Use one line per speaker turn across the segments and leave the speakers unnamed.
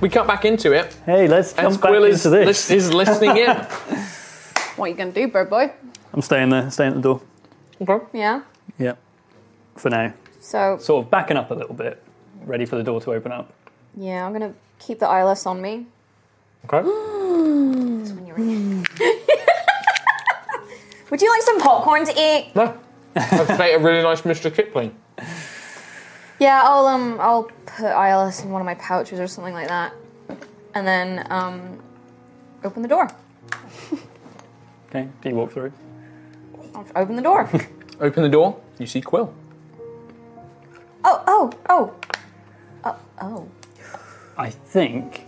We cut back into it,
Hey, let's
and
jump back
Squill is,
into this.
lis- is listening in.
What are you going to do, bird boy?
I'm staying there, staying at the door.
Yeah.
Yeah, for now.
So,
Sort of backing up a little bit, ready for the door to open up.
yeah, I'm going to keep the eyeless on me.
okay.
Would you like some popcorn to eat?
No. I've made a really nice Mr. Kipling.
Yeah, I'll um I'll put eyeless in one of my pouches or something like that. And then um open the door.
Okay, do you walk through?
I'll Open the door.
Open the door, you see Quill.
oh, oh, oh. Oh, oh.
I think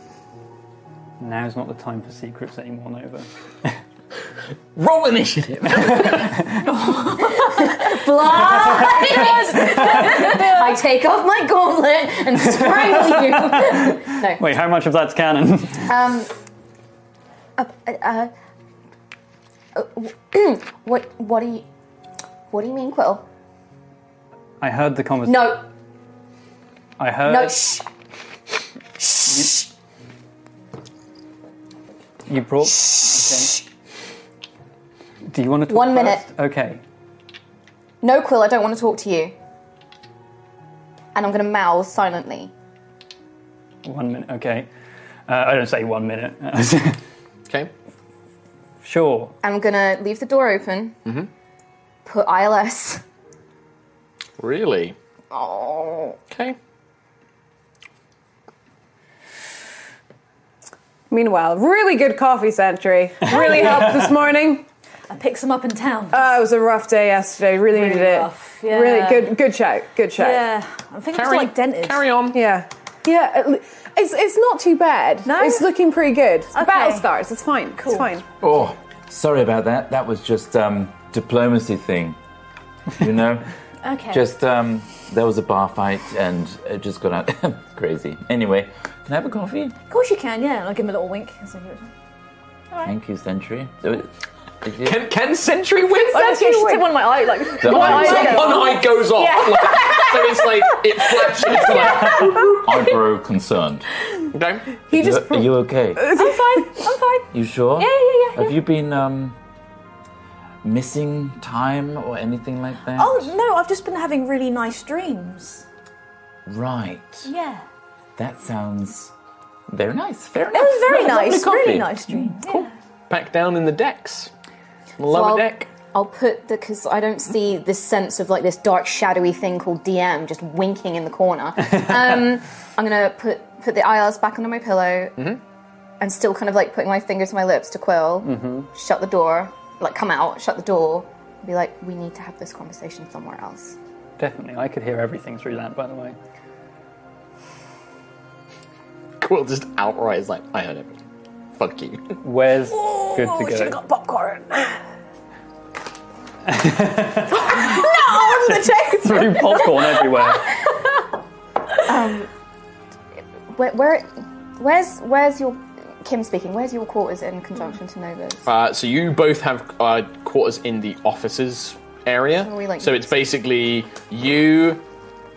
now's not the time for secrets anymore, Nova.
Roll initiative!
Blind! I take off my gauntlet and strangle you. no.
Wait, how much of that's canon?
Um. Uh, uh, uh, uh, what? What do you? What do you mean, Quill?
I heard the conversation.
No,
I heard
no. Shh.
you brought. Okay. Do you want to talk
One minute.
first? Okay.
No, Quill. I don't want to talk to you. And I'm gonna mouth silently.
One minute. Okay. Uh, I don't say one minute.
Okay.
sure.
I'm gonna leave the door open. Put ILS.
Really?
Oh.
Okay.
Meanwhile, really good coffee century. Really helped this morning.
I picked some up in town.
Uh, it was a rough day yesterday. Really,
Really
needed it.
rough, yeah.
Really good. Good shout. Good shout.
yeah, I think
Carry,
it's like dented.
carry on.
Yeah. Yeah, at le- It's, it's not too bad.
No?
It's looking pretty good.
Okay.
Battle stars. It's fine.
Cool.
It's fine.
Oh, sorry about that. That was just um, diplomacy thing, you know.
Okay.
Just um, there was a bar fight and it just got out crazy. Anyway, can I have a coffee?
of course you can. Yeah, and I'll give him a little wink.
Thank you, Century. So it- it- it-
Can, can Sentry win?
Oh, okay, she took one of my eye. Like,
the
So
eye-
one eye goes off. like- so it's like, it flashes. Like,
eyebrow concerned.
okay.
He just.
You're- are you okay?
I'm fine. I'm fine.
You sure?
Yeah, yeah, yeah,
Have
yeah.
you been um, missing time or anything like that?
Oh no, I've just been having really nice dreams.
right.
Yeah,
That sounds very nice. Fair
it
enough.
was very
Lovely
nice. Really
coffee.
nice dream.
Back down in the decks. Lower
I'll-
deck.
I'll put the because I don't see this sense of like this dark shadowy thing called DM just winking in the corner. um, I'm gonna put put the ILS back under my pillow and still kind of like putting my fingers to my lips to Quill. Shut the door, like come out, shut the door. Be like, we need to have this conversation somewhere else.
Definitely. I could hear everything through that, by the way.
Quill just outright is like, I heard everything. Fuck you.
Where's good
Oh,
to
should have
go?
got popcorn. no, I'm the check.
Threw popcorn everywhere.
Where, where where's where's your Kim speaking? Where's your quarters in conjunction to Nova's?
Uh, so you both have uh, quarters in the officers area.
we, like,
so it's basically you,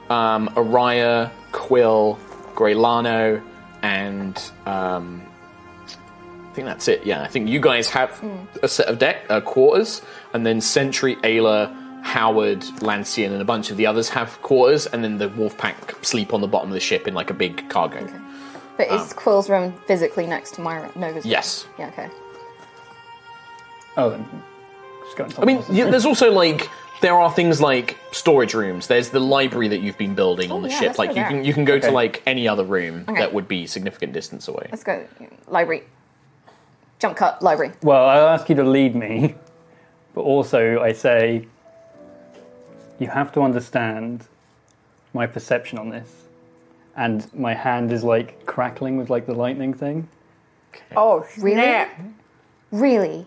um, Araya, Quill, Greylano, and um, I think that's it. Yeah, I think you guys have
Hmm.
a set of deck uh, quarters, and then Sentry, Ayla, Howard, Lancian, and a bunch of the others have quarters, and then the wolf pack sleep on the bottom of the ship in like a big cargo.
But is Quill's room physically next to my room? Nova's room?
Yes.
Yeah. Okay.
Oh, and Just go and tell
I mean,
them.
you, there's also like there are things like storage rooms. There's the library that you've been building
Oh.
on the
yeah,
ship.
let's
Like
go
you
there.
can you can go to
Okay.
like any other room
Okay.
that would be significant distance away.
Let's go. Library. Jump cut. Library.
Well, I'll ask you to lead me, but also I say you have to understand my perception on this. And my hand is like crackling with like the lightning thing.
Oh,
Really?
snap.
Really?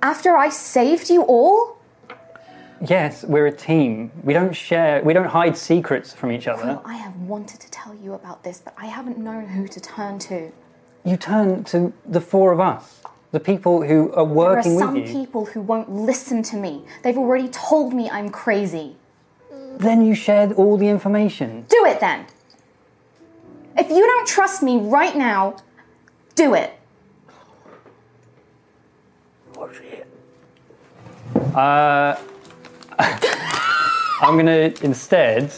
After I saved you all?
Yes, we're a team. We don't share, we don't hide secrets from each other.
I have wanted to tell you about this, but I haven't known who to turn to.
You turn to the four of us, the people who are
There are
working
some
with you.
people who won't listen to me. They've already told me I'm crazy.
Then you shared all the information.
Do it then. If you don't trust me right now, do it.
I'm gonna instead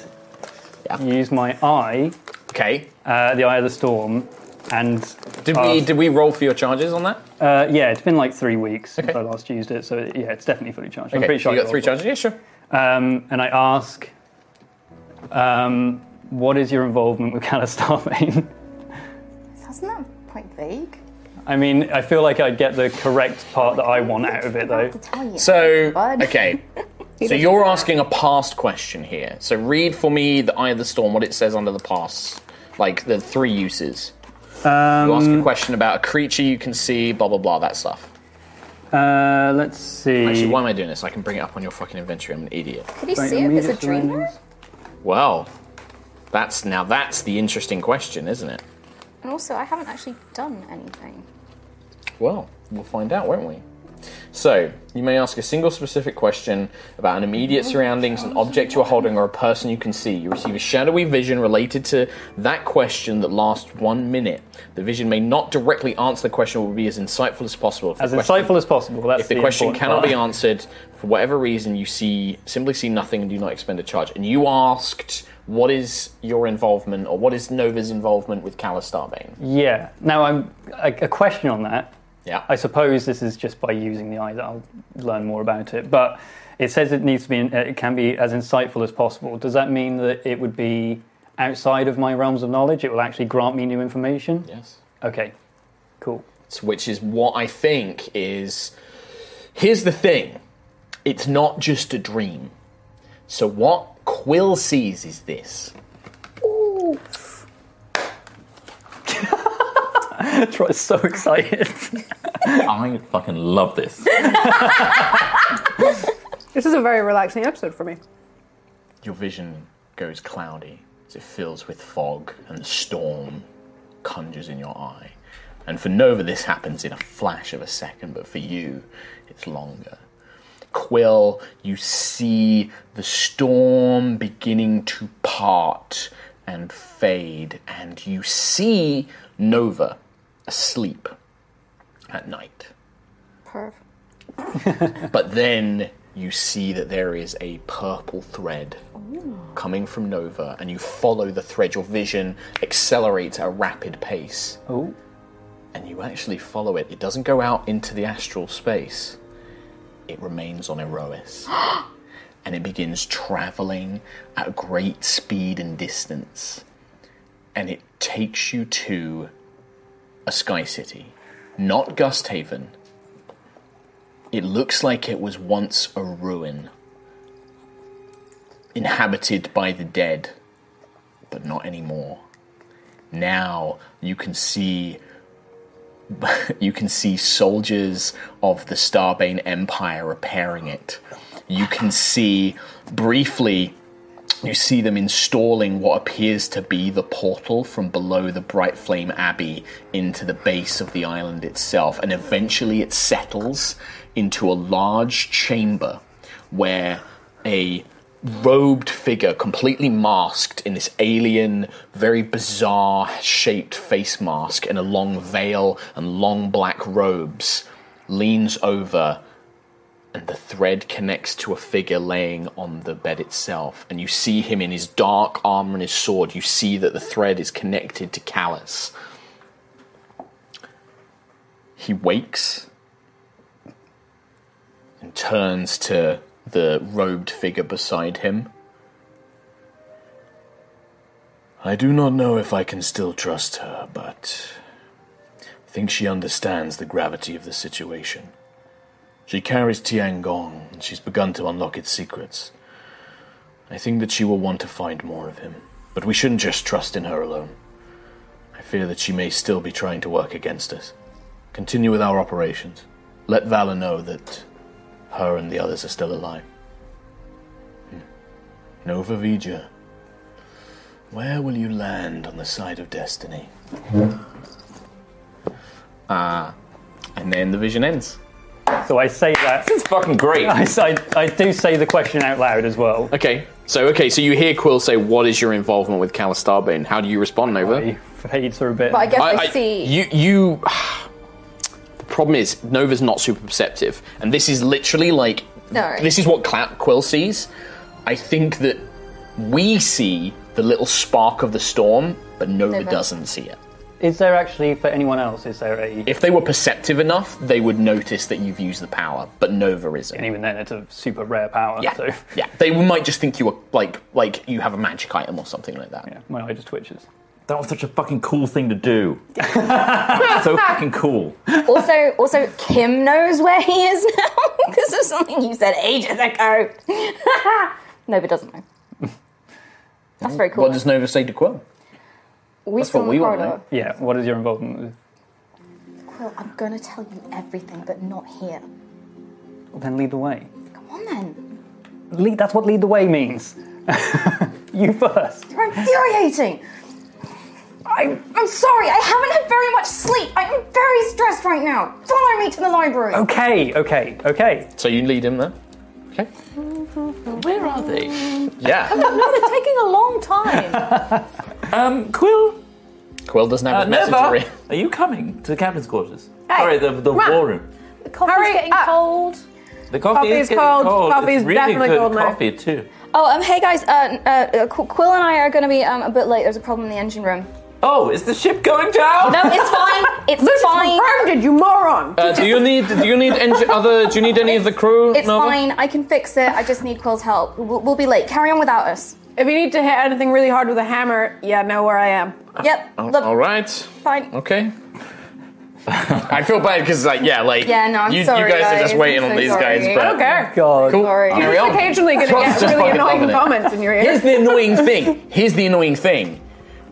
use my eye,
Okay.
uh, the eye of the storm, and
Did
Uh,
we did we roll for your charges on that?
Uh, yeah, it's been like three weeks since
Okay.
I last used it, so yeah, it's definitely fully charged. I'm
Okay,
pretty
so
sure
you
I
got three
rolled
charges. Yeah, sure.
one. Um, and I ask, um, what is your involvement with Callus Starvein?
Doesn't that quite vague?
I mean, I feel like I'd get the correct part that I want out of it,
I
though.
have to tell you.
So
Bud.
okay. So you're asking a past question here. So read for me the Eye of the Storm, what it says under the past, like the three uses. You ask a
Um,
question about a creature you can see, blah blah blah, that stuff.
uh, let's see.
Actually, why am I doing this? I can bring it up on your fucking inventory. I'm an idiot.
Could you
Right,
see if it's a
immediate
dreamer?
surroundings.
Well, that's now that's the interesting question, isn't it?
And also, I haven't actually done anything.
Well, we'll find out, won't we? So, you may ask a single specific question about an immediate surroundings, an object you are holding, or a person you can see. You receive a shadowy vision related to that question that lasts one minute. The vision may not directly answer the question, but will be as insightful as possible. If the
As
question-
insightful as possible. That's
If the question
important
cannot
part.
be answered for whatever reason, you see simply see nothing and do not expend a charge. And you asked, "What is your involvement, or what is Nova's involvement with Callus Starbane?"
Yeah. Now, I'm a, a question on that.
Yeah,
I suppose this is just by using the eye that I'll learn more about it. But it says it needs to be, it can be as insightful as possible. Does that mean that it would be outside of my realms of knowledge? It will actually grant me new information.
yes.
Okay, cool.
which is what I think is. Here's the thing it's not just a dream. So, what Quill sees is this.
Troy's so excited.
I fucking love this.
This is a very relaxing episode for me.
Your vision goes cloudy as it fills with fog and the storm conjures in your eye. And for Nova, this happens in a flash of a second, but for you, it's longer. Quill, you see the storm beginning to part and fade, and you see Nova asleep at night.
Perv.
But then you see that there is a purple thread coming from Nova, and you follow the thread. Your vision accelerates at a rapid pace.
Oh.
And you actually follow it. It doesn't go out into the astral space, it remains on Erois. and it begins traveling at great speed and distance. And it takes you to a sky city, not Gusthaven. It looks like it was once a ruin, inhabited by the dead, but not anymore. Now you can see you can see soldiers of the Starbane Empire repairing it. You can see briefly you see them installing what appears to be the portal from below the Bright Flame Abbey into the base of the island itself, and eventually it settles into a large chamber where a robed figure, completely masked in this alien, very bizarre shaped face mask and a long veil and long black robes, leans over and the thread connects to a figure laying on the bed itself. And you see him in his dark armor and his sword. You see that the thread is connected to Callus. He wakes and turns to the robed figure beside him. I do not know if I can still trust her, but I think she understands the gravity of the situation. She carries Tiangong, and she's begun to unlock its secrets. I think that she will want to find more of him, but we shouldn't just trust in her alone. I fear that she may still be trying to work against us. Continue with our operations. Let Valor know that her and the others are still alive. Hmm. Nova Vija, where will you land on the side of destiny? Ah, and then the vision ends.
So I say that.
It's fucking great.
I, I, I do say the question out loud as well.
Okay, so okay, so you hear Quill say, "What is your involvement with Callus Starbane? How do you respond, Nova?"
He fades for a bit.
But I guess I,
I-
see.
You, you. The problem is Nova's not super perceptive, and this is literally like
No.
this is what Cla- Quill sees. I think that we see the little spark of the storm, but Nova,
Nova.
doesn't see it.
Is there actually for anyone else? Is there a?
If they were perceptive enough, they would notice that you've used the power, but Nova isn't.
And even then, it's a super rare power.
yeah,
So
yeah. They might just think you are like like you have a magic item or something like that.
yeah, my eye just twitches.
That was such a fucking cool thing to do. so fucking cool.
Also, also, Kim knows where he is now because of something you said ages ago. Nova doesn't know. That's very cool.
What does Nova say to Quill?
we
that's what
still in the
we want,
corridor.
Yeah. What is your involvement with?
Quill, I'm going to tell you everything, but not here.
Well, then lead the way.
Come on, then.
Lead. That's what lead the way means. you first.
You're infuriating. I'm, I'm sorry. I haven't had very much sleep. I'm very stressed right now. Follow me to the library.
Oh,
Okay. Okay. Okay.
So you lead him there. Okay.
Where are they?
Yeah.
No, they're taking a long time.
Um, Quill,
Quill doesn't have
uh,
his message
Nova,
read.
are you coming to the captain's quarters? Sorry, the, the
on.
war room.
The coffee's
Hurry
getting
up.
cold.
The coffee,
Coffee
is
is
getting
cold. Coffee
It's
is
really
definitely
good
cold now.
coffee too.
Oh, um, hey guys. Uh, uh, uh, Qu- Quill and I are going to be um, a bit late. There's a problem in the engine room.
Oh, is the ship going down? Oh,
No, it's fine. It's fine.
grounded, you moron.
Uh, do you need do you need any other do you need any of the crew?
It's
Nova?
fine. I can fix it. I just need Quill's help. We'll, we'll be late. Carry on without us.
If you need to hit anything really hard with a hammer, yeah, know where I am.
Yep. look,
Uh, All right.
Fine.
Okay. I feel bad because like yeah like
Yeah, no, I'm
you, you
sorry,
guys, are just
guys.
waiting
I'm
on
so
these
sorry.
guys.
I
But
don't care.
God.
Cool.
Sorry.
Carry
You're
on.
occasionally going to get
Just
really
fucking
annoying
dominate.
comments in your ear.
Here's the annoying thing. Here's the annoying thing.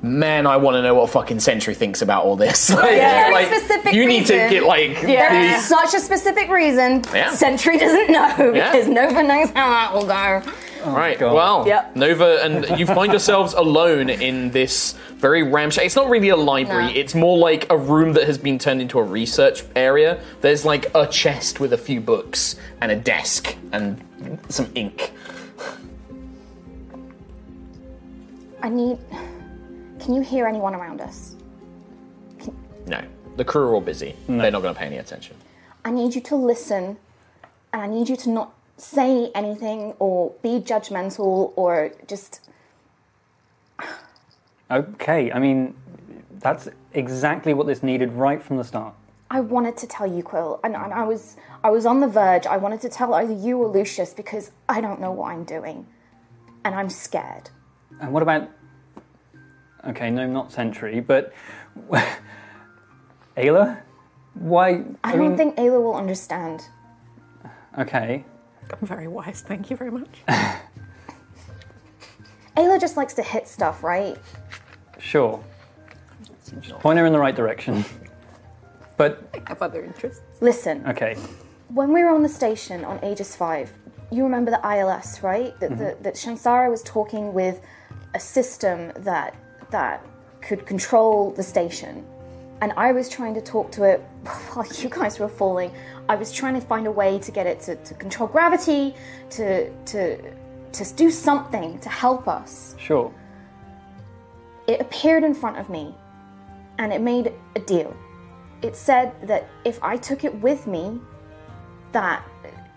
Man, I want to know what fucking Sentry thinks about all this. Like,
Yeah.
like,
Specific
you need to
reason.
get like
There's
yeah.
such a specific reason.
Yeah.
Sentry doesn't know
Yeah.
because Nova knows how that will go.
Right.
God.
Well,
Yep.
Nova, and you find yourselves alone in this very ramshackle. It's not really a library.
No.
It's more like a room that has been turned into a research area. There's like a chest with a few books and a desk and some ink.
I need. Can you hear anyone around us?
No, the crew are all busy. They're not going to pay any attention.
I need you to listen, and I need you to not say anything or be judgmental or just.
Okay. I mean, that's exactly what this needed right from the start.
I wanted to tell you, Quill, and, and I was I was on the verge. I wanted to tell either you or Lucius because I don't know what I'm doing, and I'm scared.
And what about? Okay, no, not Sentry, but Ayla. Why?
I don't think Ayla will understand.
Okay.
I'm very wise, thank you very much.
Ayla just likes to hit stuff, right?
Sure. Point her in the right direction. But
I have other interests.
Listen,
okay,
when we were on the station on Aegis 5, you remember the ILS, right? That, that, that Shansara was talking with a system that, that could control the station. And I was trying to talk to it while you guys were falling. I was trying to find a way to get it to, to control gravity, to, to, to do something to help us.
sure.
It appeared in front of me, and it made a deal. It said that if I took it with me, that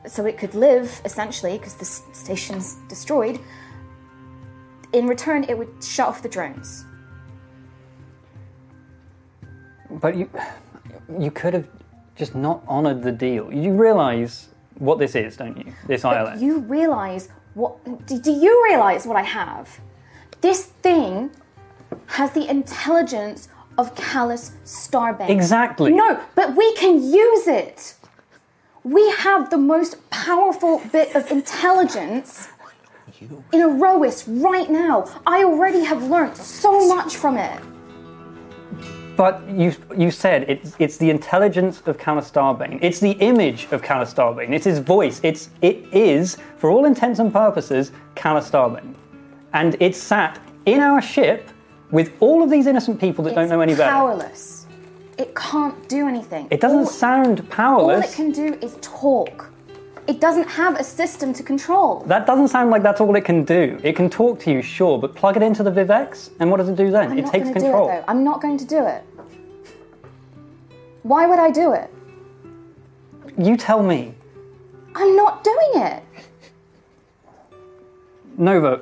so it could live essentially, because the s- station's destroyed. In return, it would shut off the drones.
But you, you could have just not honoured the deal. You realise what this is, don't you? This
But
island.
you realize what? Do, do you realize what I have? This thing has the intelligence of Callus Starbase.
Exactly.
No, but we can use it. We have the most powerful bit of intelligence in Erois right now. I already have learned so much from it.
But you you said it's it's the intelligence of Calistarbane. It's the image of Calistarbane. It's his voice. It's it is, for all intents and purposes, Calistarbane. And it's sat in our ship with all of these innocent people that don't
It's
know any better.
Powerless. It can't do anything.
It doesn't
All-
sound
All
powerless.
it can do is talk. It doesn't have a system to control.
That doesn't sound like that's all it can do. It can talk to you, sure, but plug it into the Vivex, and what does it do then?
I'm
it
not
takes
gonna
control.
do it though. I'm not going to do it. Why would I do it?
you tell me,
I'm not doing it.
Nova.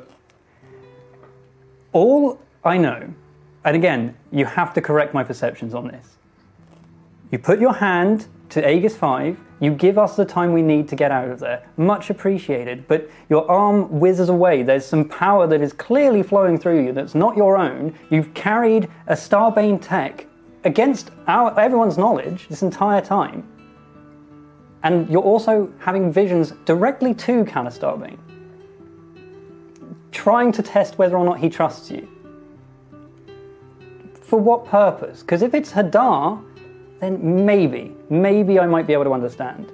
All I know, and again, you have to correct my perceptions on this. You put your hand to Aegis 5, you give us the time we need to get out of there. Much appreciated, but your arm whizzes away. There's some power that is clearly flowing through you that's not your own. You've carried a Starbane tech against our, everyone's knowledge this entire time. And you're also having visions directly to Callus Starbane, trying to test whether or not he trusts you. For what purpose? Because if it's Hadar, then maybe, maybe I might be able to understand.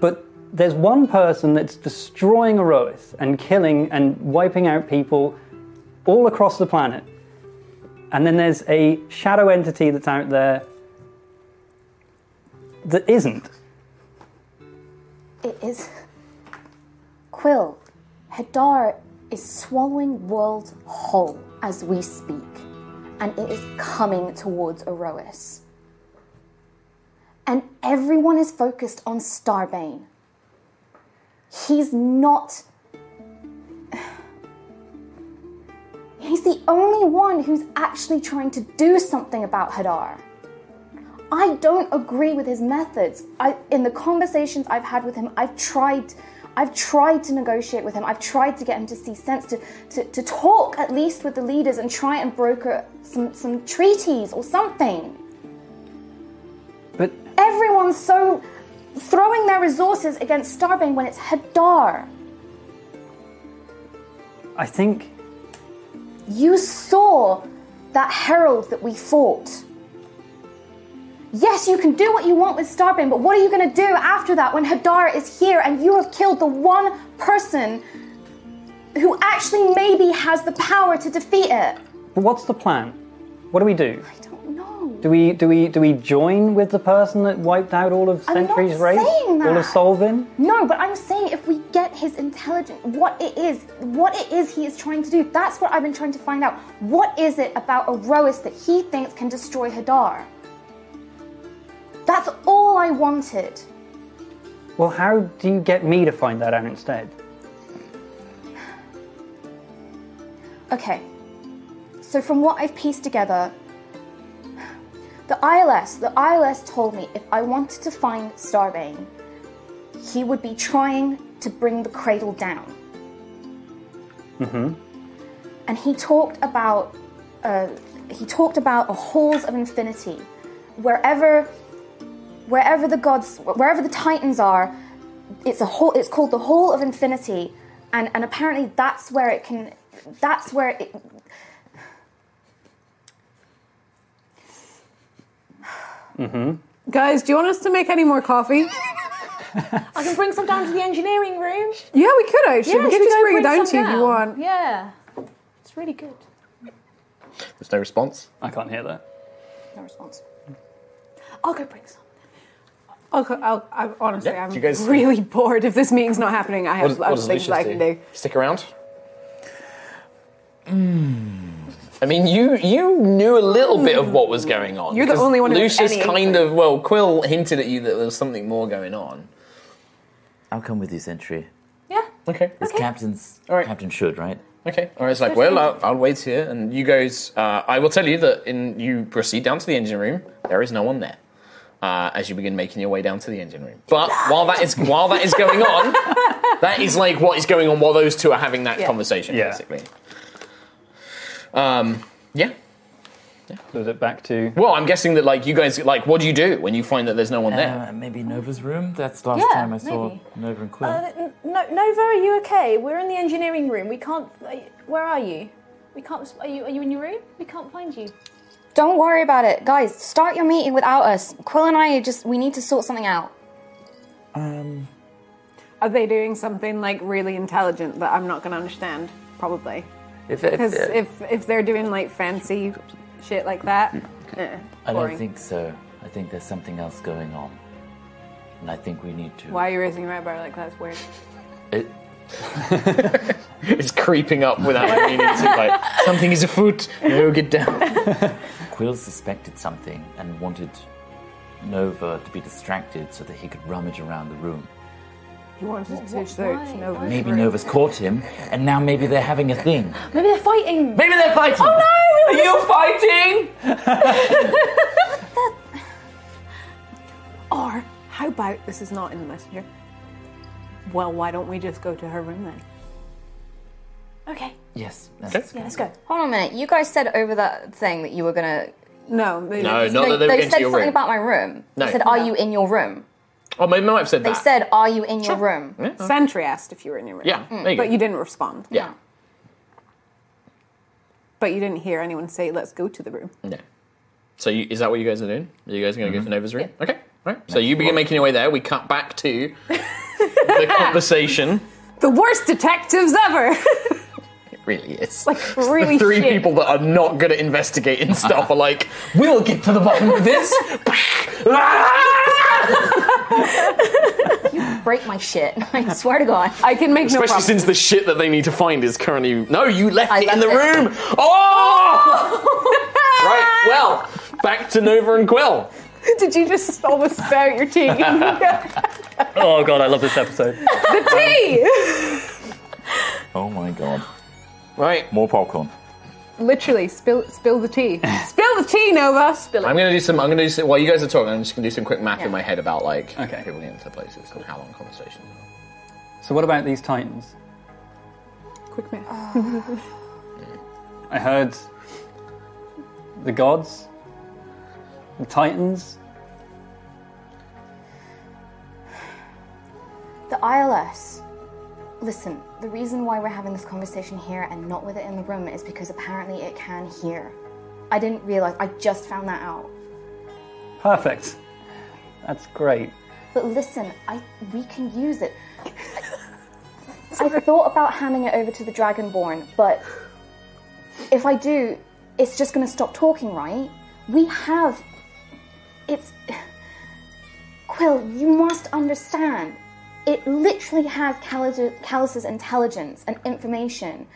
But there's one person that's destroying Erois and killing and wiping out people all across the planet. And then there's a shadow entity that's out there that isn't.
It is. Quill, Hadar is swallowing world whole as we speak, and it is coming towards Erois. And everyone is focused on Starbane. He's not. He's the only one who's actually trying to do something about Hadar. I don't agree with his methods. I, in the conversations I've had with him, I've tried, I've tried to negotiate with him. I've tried to get him to see sense, to, to, to talk at least with the leaders and try and broker some, some treaties or something.
But
Everyone's so throwing their resources against Starbane when it's Hadar.
I think
You saw that herald that we fought. Yes, you can do what you want with Starbane, but what are you going to do after that when Hadar is here and you have killed the one person who actually maybe has the power to defeat it?
but what's the plan? What do we do?
I don't know.
Do we do we do we join with the person that wiped out all of
I'm not
Century's race?
saying
All of
that.
Solvin?
No, but I'm saying if we get his intelligence, what it is, what it is he is trying to do, that's what I've been trying to find out. What is it about Erois that he thinks can destroy Hadar? That's all I wanted.
Well, how do you get me to find that out instead?
Okay. So from what I've pieced together, the ILS, the ILS told me if I wanted to find Starbane, he would be trying to bring the cradle down. Mm-hmm. And he talked about uh, he talked about a halls of infinity, wherever wherever the gods wherever the titans are, it's a hall it's called the hall of infinity and and apparently that's where it can that's where it
Guys, do you want us to make any more coffee?
I can bring some down to the engineering room.
Yeah, we could actually. we could
should we
just
go
bring it down
some
to you if you want.
Yeah. It's really good.
There's no response.
I can't hear that.
no response
I'll go bring some.
I'll, co- I'll, i honestly,
Yeah,
I'm
do you guys-
really bored. If this meeting's not happening, I
What,
have
does- what
other
does Lucius
things that I
do?
can do.
Stick around. I mean, you you knew a little bit of what was going on.
You're the
'cause
only one who knows
Lucius
any
kind of well, Quill hinted at you that there was something more going on.
I'll come with you, Sentry.
Yeah.
Okay.
It's captain's
All right.
captain should, right?
Okay. Or it's like, well, I'll, I'll wait here, and you guys. Uh, I will tell you that in you proceed down to the engine room. There is no one there. uh, as you begin making your way down to the engine room. But while that is while that is going on, that is like what is going on while those two are having that
Yeah.
conversation,
Yeah.
basically. Um, yeah.
Was it back to?
Well, I'm guessing that like you guys like, what do you do when you find that there's no one there?
Uh, maybe Nova's room. That's the last
Yeah,
time I saw
maybe.
Nova and Quill.
Uh, n- no, Nova, are you okay? We're in the engineering room. We can't. I- Where are you? We can't. Are you? Are you in your room? We can't find you.
Don't worry about it, guys. Start your meeting without us. Quill and I are just we need to sort something out.
um,
Are they doing something like really intelligent that I'm not going to understand? Probably.
if, if,
Because
uh,
if if they're doing like fancy shit like that, eh,
I
boring.
don't think so. I think there's something else going on, and I think we need to.
Why are you raising your eyebrow like that's weird?
It-
It's creeping up without my meaning to. Like something is afoot. No, get down.
Quill suspected something and wanted Nova to be distracted so that he could rummage around the room.
He wanted to search Nova.
Maybe Nova's caught him, and now maybe they're having a thing.
Maybe they're fighting.
Maybe they're fighting. Oh no! Are you fighting?
Or how about this is not in the messenger? Well, why don't we just go to her room then?
Okay.
Yes. that's
Yeah, let's go.
Hold on a minute. You guys said over that thing that you were gonna.
No, they
No,
just-
not that they were
they
going
said
to your
something
room.
about my room.
No.
They said, "Are you in your room?"
oh, my mum said
They
that.
said, "Are you in your room?"
Sentry asked if you were in your room.
yeah, there you go.
But you didn't respond.
yeah.
But you didn't hear anyone say, let's go to the room.
No. So you, is that what you guys are doing? Are you guys going to go to Nova's room? Okay. All right. So you begin making your way there. We cut back to the conversation.
The worst detectives ever!
It really is.
like, really
the three
shit.
people that are not good at investigating stuff are like, we'll get to the bottom of this.
Break my shit. I swear to God.
I can make no
Especially
promises.
since the shit that they need to find is currently. No, you left
I
it in
left
the
it.
room. Oh! right. Well, back to Nova and Quill.
Did you just almost spit out your tea?
Oh god, I love this episode.
the tea!
Oh my god.
Right.
More popcorn.
Literally, spill spill the tea. spill the tea, Nova! Spill
I'm gonna do some. I'm gonna do some, while you guys are talking. I'm just gonna do some quick math
Yeah.
in my head about like
Okay.
people getting to places and how long conversations. are.
So what about these titans?
Quick math.
Oh.
I heard the gods, the titans.
The ILS. Listen, the reason why we're having this conversation here and not with it in the room is because apparently it can hear. I didn't realize. I just found that out.
Perfect. That's great.
But listen, I we can use it. I thought about handing it over to the Dragonborn, but if I do, it's just going to stop talking, right? We have. It's. Quill, you must understand. It literally has Callis- Callus's intelligence and information,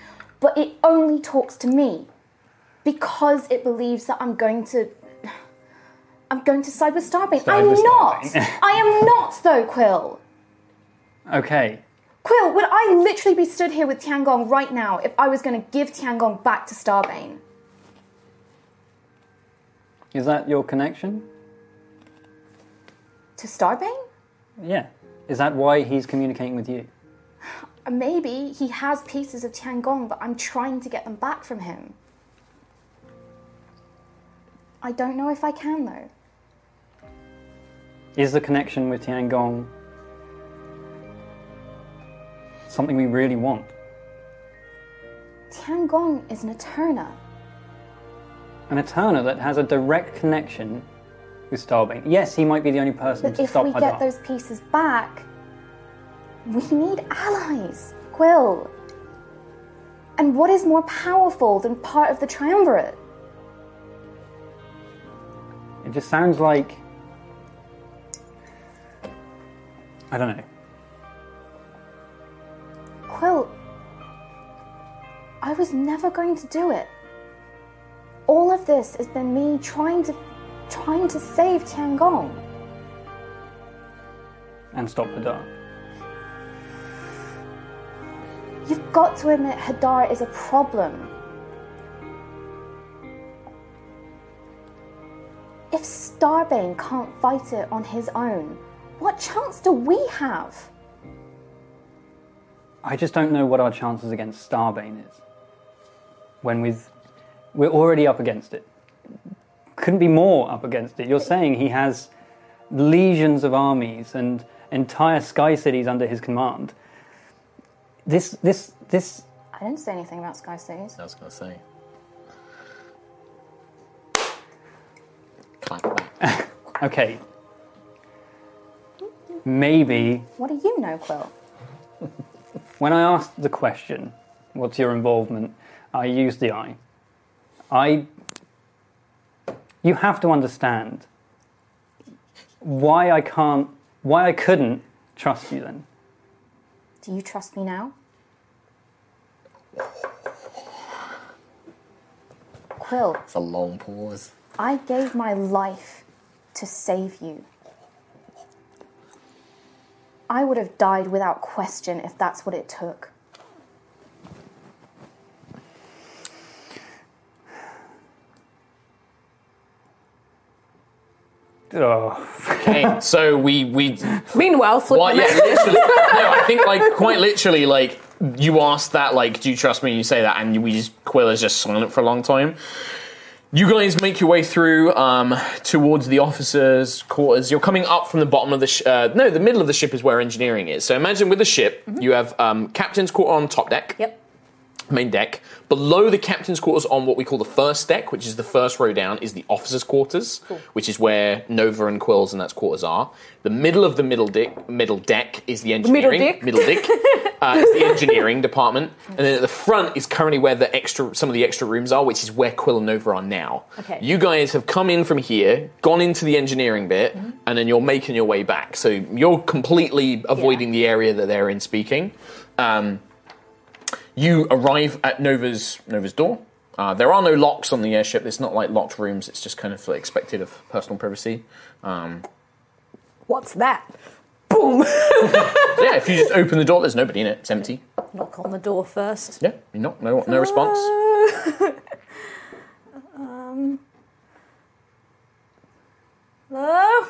but it only talks to me because it believes that I'm going to. I'm going to side with Starbane.
Side
I'm
with
not.
Starbane.
I am not, though, Quill.
Okay.
Quill, would I literally be stood here with Tiangong right now if I was going to give Tiangong back to Starbane?
Is that your connection?
To Starbane?
Yeah. Is that why he's communicating with you?
Uh, Maybe he has pieces of Tiangong, but I'm trying to get them back from him. I don't know if I can, though.
Is the connection with Tiangong something we really want?
Tiangong is an Eterna.
An Eterna that has a direct connection with Starbane. Yes, he might be the only person
But
to
if
stop
we
Hadar.
get those pieces back, we need allies, Quill. And what is more powerful than part of the Triumvirate?
It just sounds like. I don't know.
Quill, I was never going to do it. All of this has been me trying to trying to save Tiangong.
And stop Hadar.
You've got to admit Hadar is a problem. If S- Starbane can't fight it on his own, what chance do we have?
I just don't know what our chances against Starbane is. When we've, we're already up against it. Couldn't be more up against it. You're saying he has legions of armies and entire sky cities under his command. This, this, this.
I didn't say anything about Sky Cities.
I was going to say. Clack back.
Okay. Maybe
What do you know, Quill?
When I asked the question, what's your involvement? I used the I. I. You have to understand why I can't, why I couldn't trust you then.
Do you trust me now? Quill,
It's a long pause.
I gave my life to save you. I would have died without question if that's what it took.
Oh,
Okay, so we we
Meanwhile, flip
Well, yeah, literally. no, I think like quite literally, like you asked that, like, do you trust me? And you say that, and we just Quill is just silent for a long time. You guys make your way through um, towards the officers' quarters. You're coming up from the bottom of the sh- uh, no, the middle of the ship is where engineering is. So imagine with a ship, you have um, captain's quarter on top deck,
Yep.
main deck. Below the captain's quarters, on what we call the first deck, which is the first row down, is the officers' quarters, which is where Nova and Quills and that's quarters are. The middle of the middle deck, middle deck is the engineering
dick?
dick, uh, is the engineering department, and then at the front is currently where the extra some of the extra rooms are, which is where Quill and Nova are now.
Okay.
You guys have come in from here, gone into the engineering bit, and then you're making your way back. So you're completely avoiding the area that they're in speaking. Um, you arrive at Nova's Nova's door. Uh, there are no locks on the airship. It's not like locked rooms. It's just kind of like expected of personal privacy. Um,
What's that? Boom!
so yeah, if you just open the door, there's nobody in it. It's empty.
Knock on the door first.
Yeah, you knock. No, no response.
um. Hello?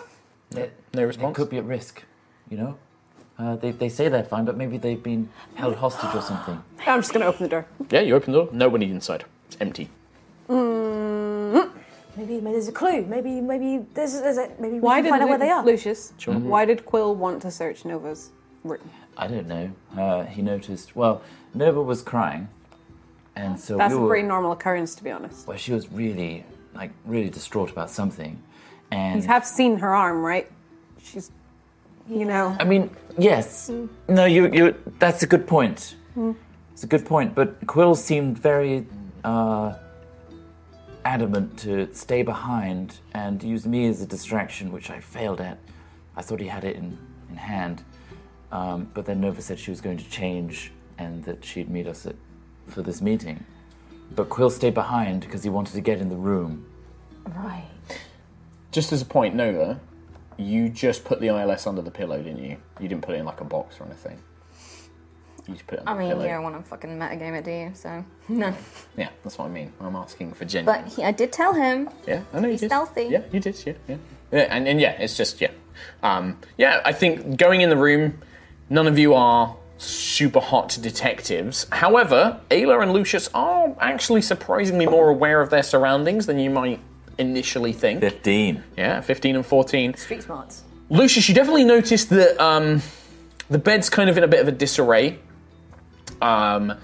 No, no
It
response.
could be at risk, you know? Uh, they, they say they're fine, but maybe they've been held hostage or something.
I'm just gonna open the door.
Yeah, you open the door. Nobody inside. It's empty.
Maybe, maybe there's a clue. Maybe, maybe there's, there's a, maybe we
Why
can
did
find out
Lu-
where they are.
Lucius? Why did Quill want to search Nova's room?
I don't know. Uh, he noticed, well, Nova was crying, and so
That's
we were.
a pretty normal occurrence, to be honest.
well, she was really, like, really distraught about something. And
You have seen her arm, right? She's, you know,
I mean, yes. No, you, you. That's a good point. It's a good point. But Quill seemed very uh, adamant to stay behind and use me as a distraction, which I failed at. I thought he had it in in hand, um, but then Nova said she was going to change and that she'd meet us at, for this meeting. But Quill stayed behind because he wanted to get in the room.
Right.
Just as a point, Nova, you just put the ILS under the pillow, didn't you? You didn't put it in like a box or anything. You just put it.
I
Under
mean,
the pillow.
you don't want to fucking metagame it, do you? So, no.
Yeah, that's what I mean. I'm asking for genuine.
But he, I did tell him.
Yeah, I know you
He's
did.
stealthy.
Yeah, you did. Yeah, yeah, yeah. And, and yeah, it's just yeah, um, yeah. I think going in the room, none of you are super hot detectives. However, Ayla and Lucius are actually surprisingly more aware of their surroundings than you might initially think.
Fifteen.
Yeah, fifteen and fourteen.
Street smarts.
Lucius, you definitely noticed that um, the bed's kind of in a bit of a disarray. Um,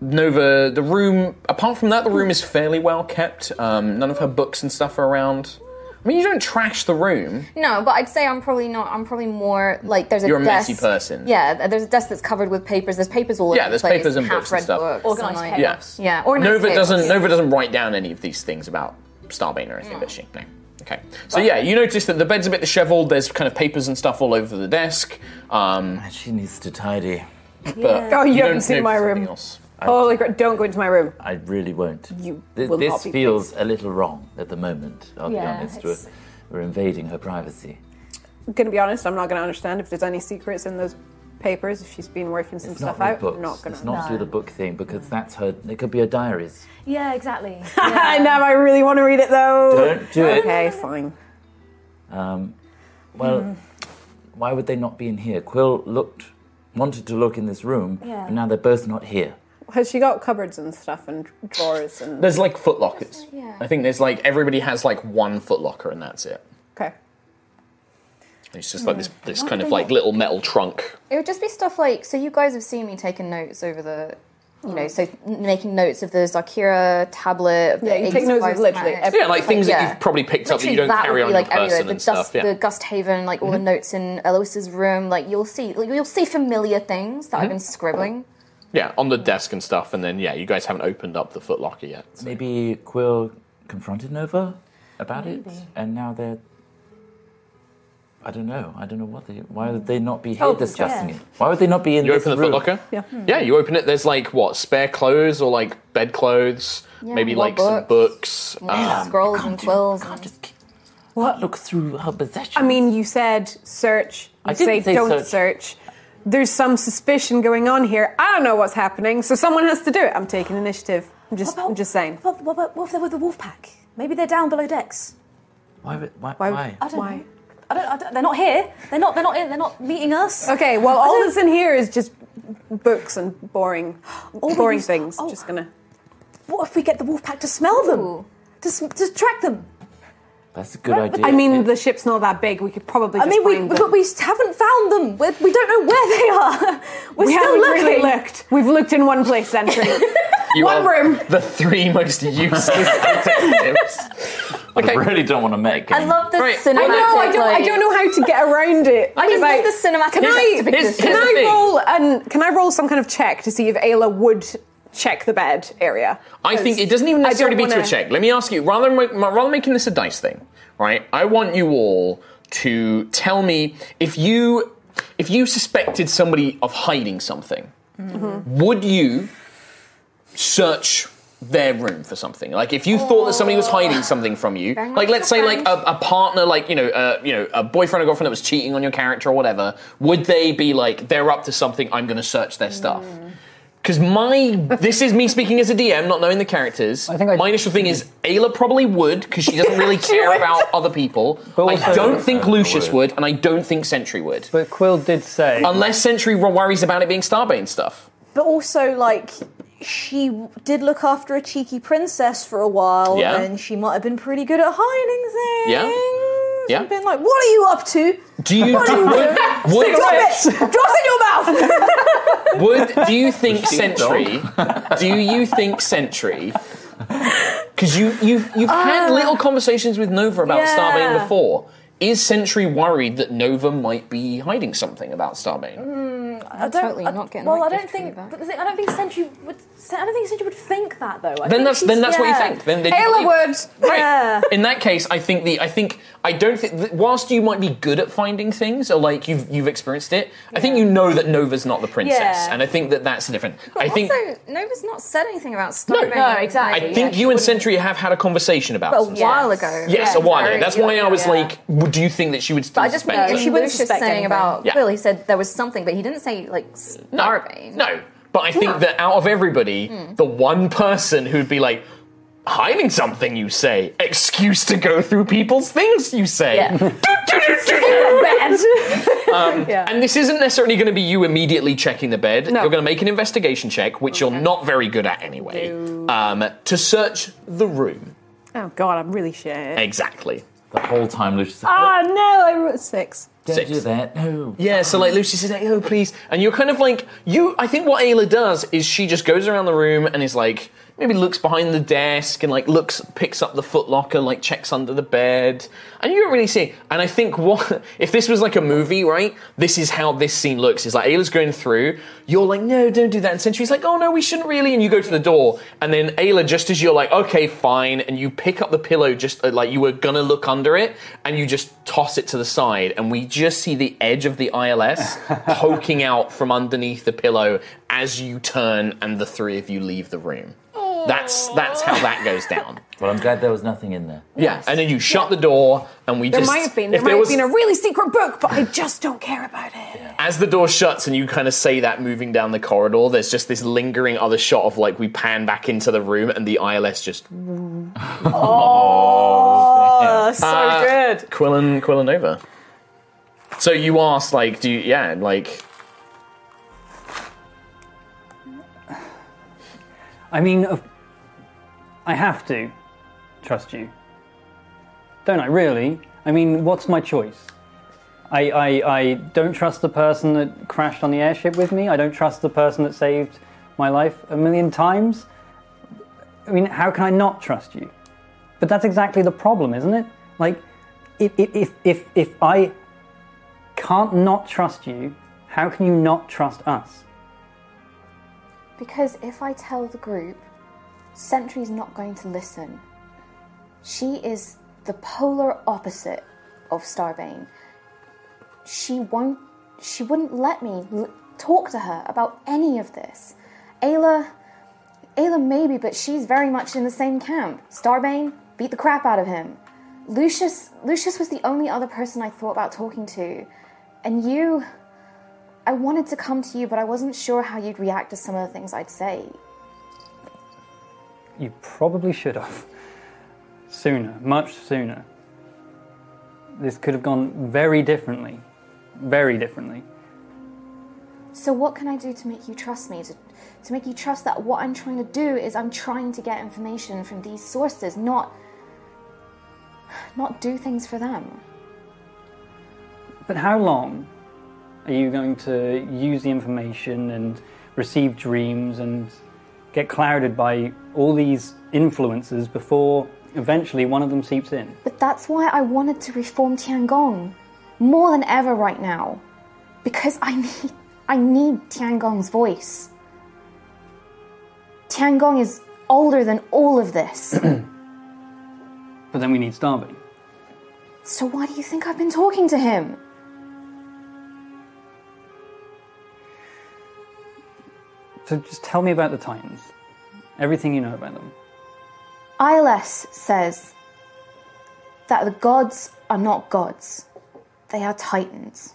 Nova, the room, apart from that, the room is fairly well kept. Um, none of her books and stuff are around. I mean, you don't trash the room.
No, but I'd say I'm probably not. I'm probably more like there's a
You're a
desk.
messy person.
Yeah, th- there's a desk that's covered with papers. There's papers all over
Yeah,
the
there's
place.
papers and
half
books and
read
stuff.
Books
Organised
and, like,
Yes.
chaos.
Yeah, organized
Nova
chaos.
doesn't. Nova doesn't write down any of these things about Starbane or anything, does she?
Mm.
No. Okay. So yeah, you notice that the bed's a bit disheveled. There's kind of papers and stuff all over the desk. Um,
She needs to tidy.
but
Oh, you haven't
don't
seen my
notice
room.
anything else.
holy crap, don't go into my room.
I really won't.
You
Th-
will
this
not be
feels a little wrong at the moment. I'll be
Yeah,
honest. We're,
it's-
we're invading her privacy.
gonna be honest, I'm not gonna understand if there's any secrets in those papers, if she's been working some
It's
stuff
not with
out.
books.
I'm not gonna.
it's not through the book thing because that's her. It could be her diaries.
Yeah, exactly.
I know, I really wanna read it though.
Don't do it.
Okay, fine.
Um, well,
Mm.
why would they not be in here? Quill looked, wanted to look in this room,
Yeah.
and now they're both not here.
Has she got cupboards and stuff and drawers and?
There's like foot lockers.
Yeah.
I think there's like everybody has like one foot locker and that's it.
Okay.
It's just like this this kind of like little metal trunk.
It would just be stuff like so. You guys have seen me taking notes over the, you
Mm.
know, so making notes of the Zakira tablet. Of the
Yeah, you take
Aegis
notes of
Fires
literally
Matter.
every-
Yeah, like things that
yeah.
you've probably picked
Literally,
up that you don't
that
carry
would
on
be like
your person
everywhere. The
and
dust,
stuff. Yeah.
the Gust Haven, like all
Mm-hmm.
the notes in Eloise's room. Like you'll see, like, you'll see familiar things
Mm-hmm.
that I've been scribbling.
yeah, on the desk and stuff, and then yeah, you guys haven't opened up the foot locker yet. so-
Maybe Quill confronted Nova about it, and now they're. I don't know. I don't know what they. Why would they not be here
Oh,
discussing
yeah.
it? Why would they not be in
You
this
open the
room?
foot locker? Hmm.
Yeah.
Yeah, you open it. There's like what spare clothes or like bedclothes,
Yeah,
maybe
more
like some books. Uh,
Yeah, scrolls and quills.
I
and-
can't just keep- can't look through her possessions.
I mean, you said search. You
I didn't
say
say
don't search.
search.
There's some suspicion going on here. I don't know what's happening, so someone has to do it. I'm taking initiative. I'm just, I'm just saying.
What, about- what, about- what if they're with the wolf pack? Maybe they're down below decks.
why? would- Why?
Why-
why?
I don't
Why?
know. I don't, I don't, they're not here. They're not. They're not. in- They're not meeting us.
Okay, well, all that's in here is just books and boring,
but
boring
you-
things.
oh.
Just gonna.
What if we get the wolf pack to smell them?
Ooh.
To, s- to track them.
That's a good idea.
I mean, the ship's not that big. We could probably.
I
Just
mean, we,
find
but
them.
we haven't found them. We're, we don't know where they are. We're
We
still
haven't
looking.
really looked. We've looked in one place, Sentry.
You
One
are
room.
The three most useless detectives.
I really don't want to make.
I love the
Mm-hmm. Right.
cinematic.
I know. I don't. I
like-
don't know how to get around it.
I just love
Like,
the cinematic.
Can I?
aspect of
Here's-
this.
Can
here's the
I
thing.
roll and can I roll some kind of check to see if Ayla would check the bed area?
I think it doesn't even
I don't
necessarily be to a
wanna-
check. Let me ask you, rather than, ma- rather than making this a dice thing, right? I want you all to tell me if you if you suspected somebody of hiding something,
Mm-hmm.
would you search their room for something? Like if you thought that somebody was
Oh.
hiding something from you,
Very much
like let's
like
say
a
like a, a partner, like you know, uh, you know, a boyfriend or girlfriend that was cheating on your character or whatever, would they be like they're up to something? I'm going to search their stuff.
Mm.
Because my this is me speaking as a DM, not knowing the characters.
I think I-
my initial thing is Ayla probably would because she doesn't really care about other people.
But
I
also-
don't think
I
Lucius
would.
would, and I don't think Sentry would,
But Quill did say.
unless Sentry worries about it being Starbane stuff.
But also, like, she did look after a cheeky princess for a while,
Yeah.
and she might have been pretty good at hiding things.
Yeah.
And been like, what are you up to?
Do you
What are you doing?
would,
Drop it! Drop it in your mouth!
Would do you think
she a dog?
Sentry? do you think Sentry? Because you you you've
Uh,
had little conversations with Nova about
yeah.
Starbane before. Is Sentry worried that Nova might be hiding something about Starbane?
I don't,
totally
I-
not getting
Well,
that
I don't
gift from
think.
you back.
but the thing- I don't think Sentry would. I don't think Sentry would think that though. I
Then
think
that's
she's-
then that's what you
yeah.
think. Then they
Ayla would.
Right.
Yeah.
In that case, I think the I think I don't think that whilst you might be good at finding things or like you've you've experienced it, I think you know that Nova's not the princess,
Yeah.
and I think that that's different. I think
also, Nova's not said anything about Starbane.
No, I
exactly,
like,
think
yeah,
you and Sentry have had a conversation about.
a
some stuff.
while
Yes.
ago.
Yes, a
Yeah,
while
very-
ago. That's why I was
yeah.
like, w- do you think that she would still
I just
suspect
know
us?
she
wouldn't
was just
suspect
saying
anything.
about
Yeah.
Quill. He said there was something, but he didn't say like Starbane.
No, but I think that out of everybody, the one person who'd be like, hiding something, you say, excuse to go through people's things, you say.
Yeah.
Do, do, do, do, do.
yeah.
um, And this isn't necessarily going to be you immediately checking the bed.
No.
You're going to make an investigation check, which you're not very good at anyway, um, to search the room.
oh God, I'm really shit.
Exactly.
the whole time Lucius. said,
Ah no, I wrote six.
don't
six.
do that. No.
Yeah, so like Lucy says, "Hey, oh please," and you're kind of like you. I think what Ayla does is she just goes around the room and is like maybe looks behind the desk and like looks picks up the footlocker, like checks under the bed, and you don't really see. And I think what if this was like a movie, right? This is how this scene looks. Is like Ayla's going through. You're like, no, don't do that. And Sentry's like, oh no, we shouldn't really. And you go to the door, and then Ayla, just as you're like, okay, fine, and you pick up the pillow just uh, like you were gonna look under it, and you just toss it to the side, and we just see the edge of the ILS poking out from underneath the pillow as you turn, and the three of you leave the room. That's that's how that goes down.
Well, I'm glad there was nothing in there.
Yeah, and then you shut the door, and we
There
just
might have been.
if
There might
was-
have been a really secret book, but I just don't care about it.
as the door shuts and you kind of say that moving down the corridor, there's just this lingering other shot of like we pan back into the room and the ILS just. oh,
Oh, so
Uh,
good.
Quillan Quillanova. So you asked, like, do you, yeah, like,
I mean, of- I have to trust you. Don't I, really? I mean, what's my choice? I, I, I don't trust the person that crashed on the airship with me. I don't trust the person that saved my life a million times. I mean, how can I not trust you? But that's exactly the problem, isn't it? Like, if, if- if, if, if I can't not trust you, how can you not trust us?
Because if I tell the group, Sentry's not going to listen. She is the polar opposite of Starbane. She won't. She wouldn't let me l- talk to her about any of this. Ayla, Ayla maybe, but she's very much in the same camp. Starbane beat the crap out of him. Lucius, Lucius was the only other person I thought about talking to, and you. I wanted to come to you, but I wasn't sure how you'd react to some of the things I'd say.
You probably should have. Sooner, much sooner. This could have gone very differently. Very differently.
So what can I do to make you trust me? To, to make you trust that what I'm trying to do is I'm trying to get information from these sources, not not do things for them.
But how long are you going to use the information and receive dreams and get clouded by all these influences before eventually one of them seeps in?
But that's why I wanted to reform Tiangong more than ever right now. Because I need I need Tiangong's voice. Tiangong is older than all of this.
But then we need Starving.
so why do you think I've been talking to him?
So just tell me about the Titans. Everything you know about them.
Iles says that the gods are not gods, they are titans.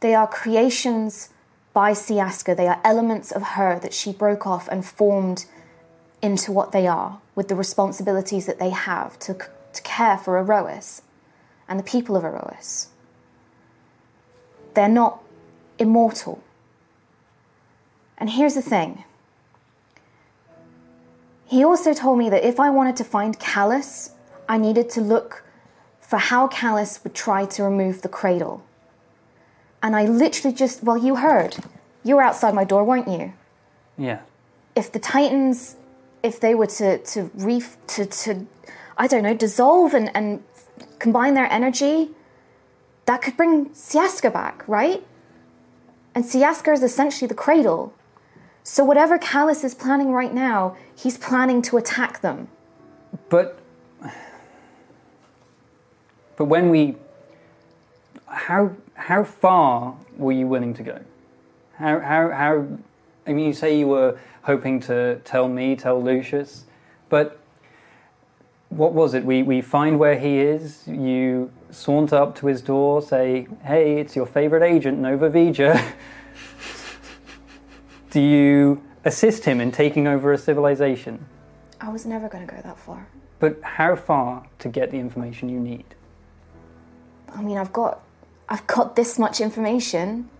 They are creations by Siaska, they are elements of her that she broke off and formed into what they are, with the responsibilities that they have to, c- to care for Erois and the people of Erois. They're not immortal. And here's the thing. He also told me that if I wanted to find Callus, I needed to look for how Callus would try to remove the cradle. And I literally just, well, you heard. You were outside my door, weren't you?
Yeah.
If the Titans, if they were to, to re, to, to, I don't know, dissolve and, and combine their energy, that could bring Siaska back, right? And Siaska is essentially the cradle. So whatever Callus is planning right now, he's planning to attack them.
But but when we how how far were you willing to go? How how how I mean you say you were hoping to tell me, tell Lucius, but what was it? We we find where he is, you saunter up to his door, say, Hey, it's your favourite agent, Nova Vija. Do you assist him in taking over a civilization?
I was never going to go that far.
But how far to get the information you need?
I mean, I've got I've got this much information.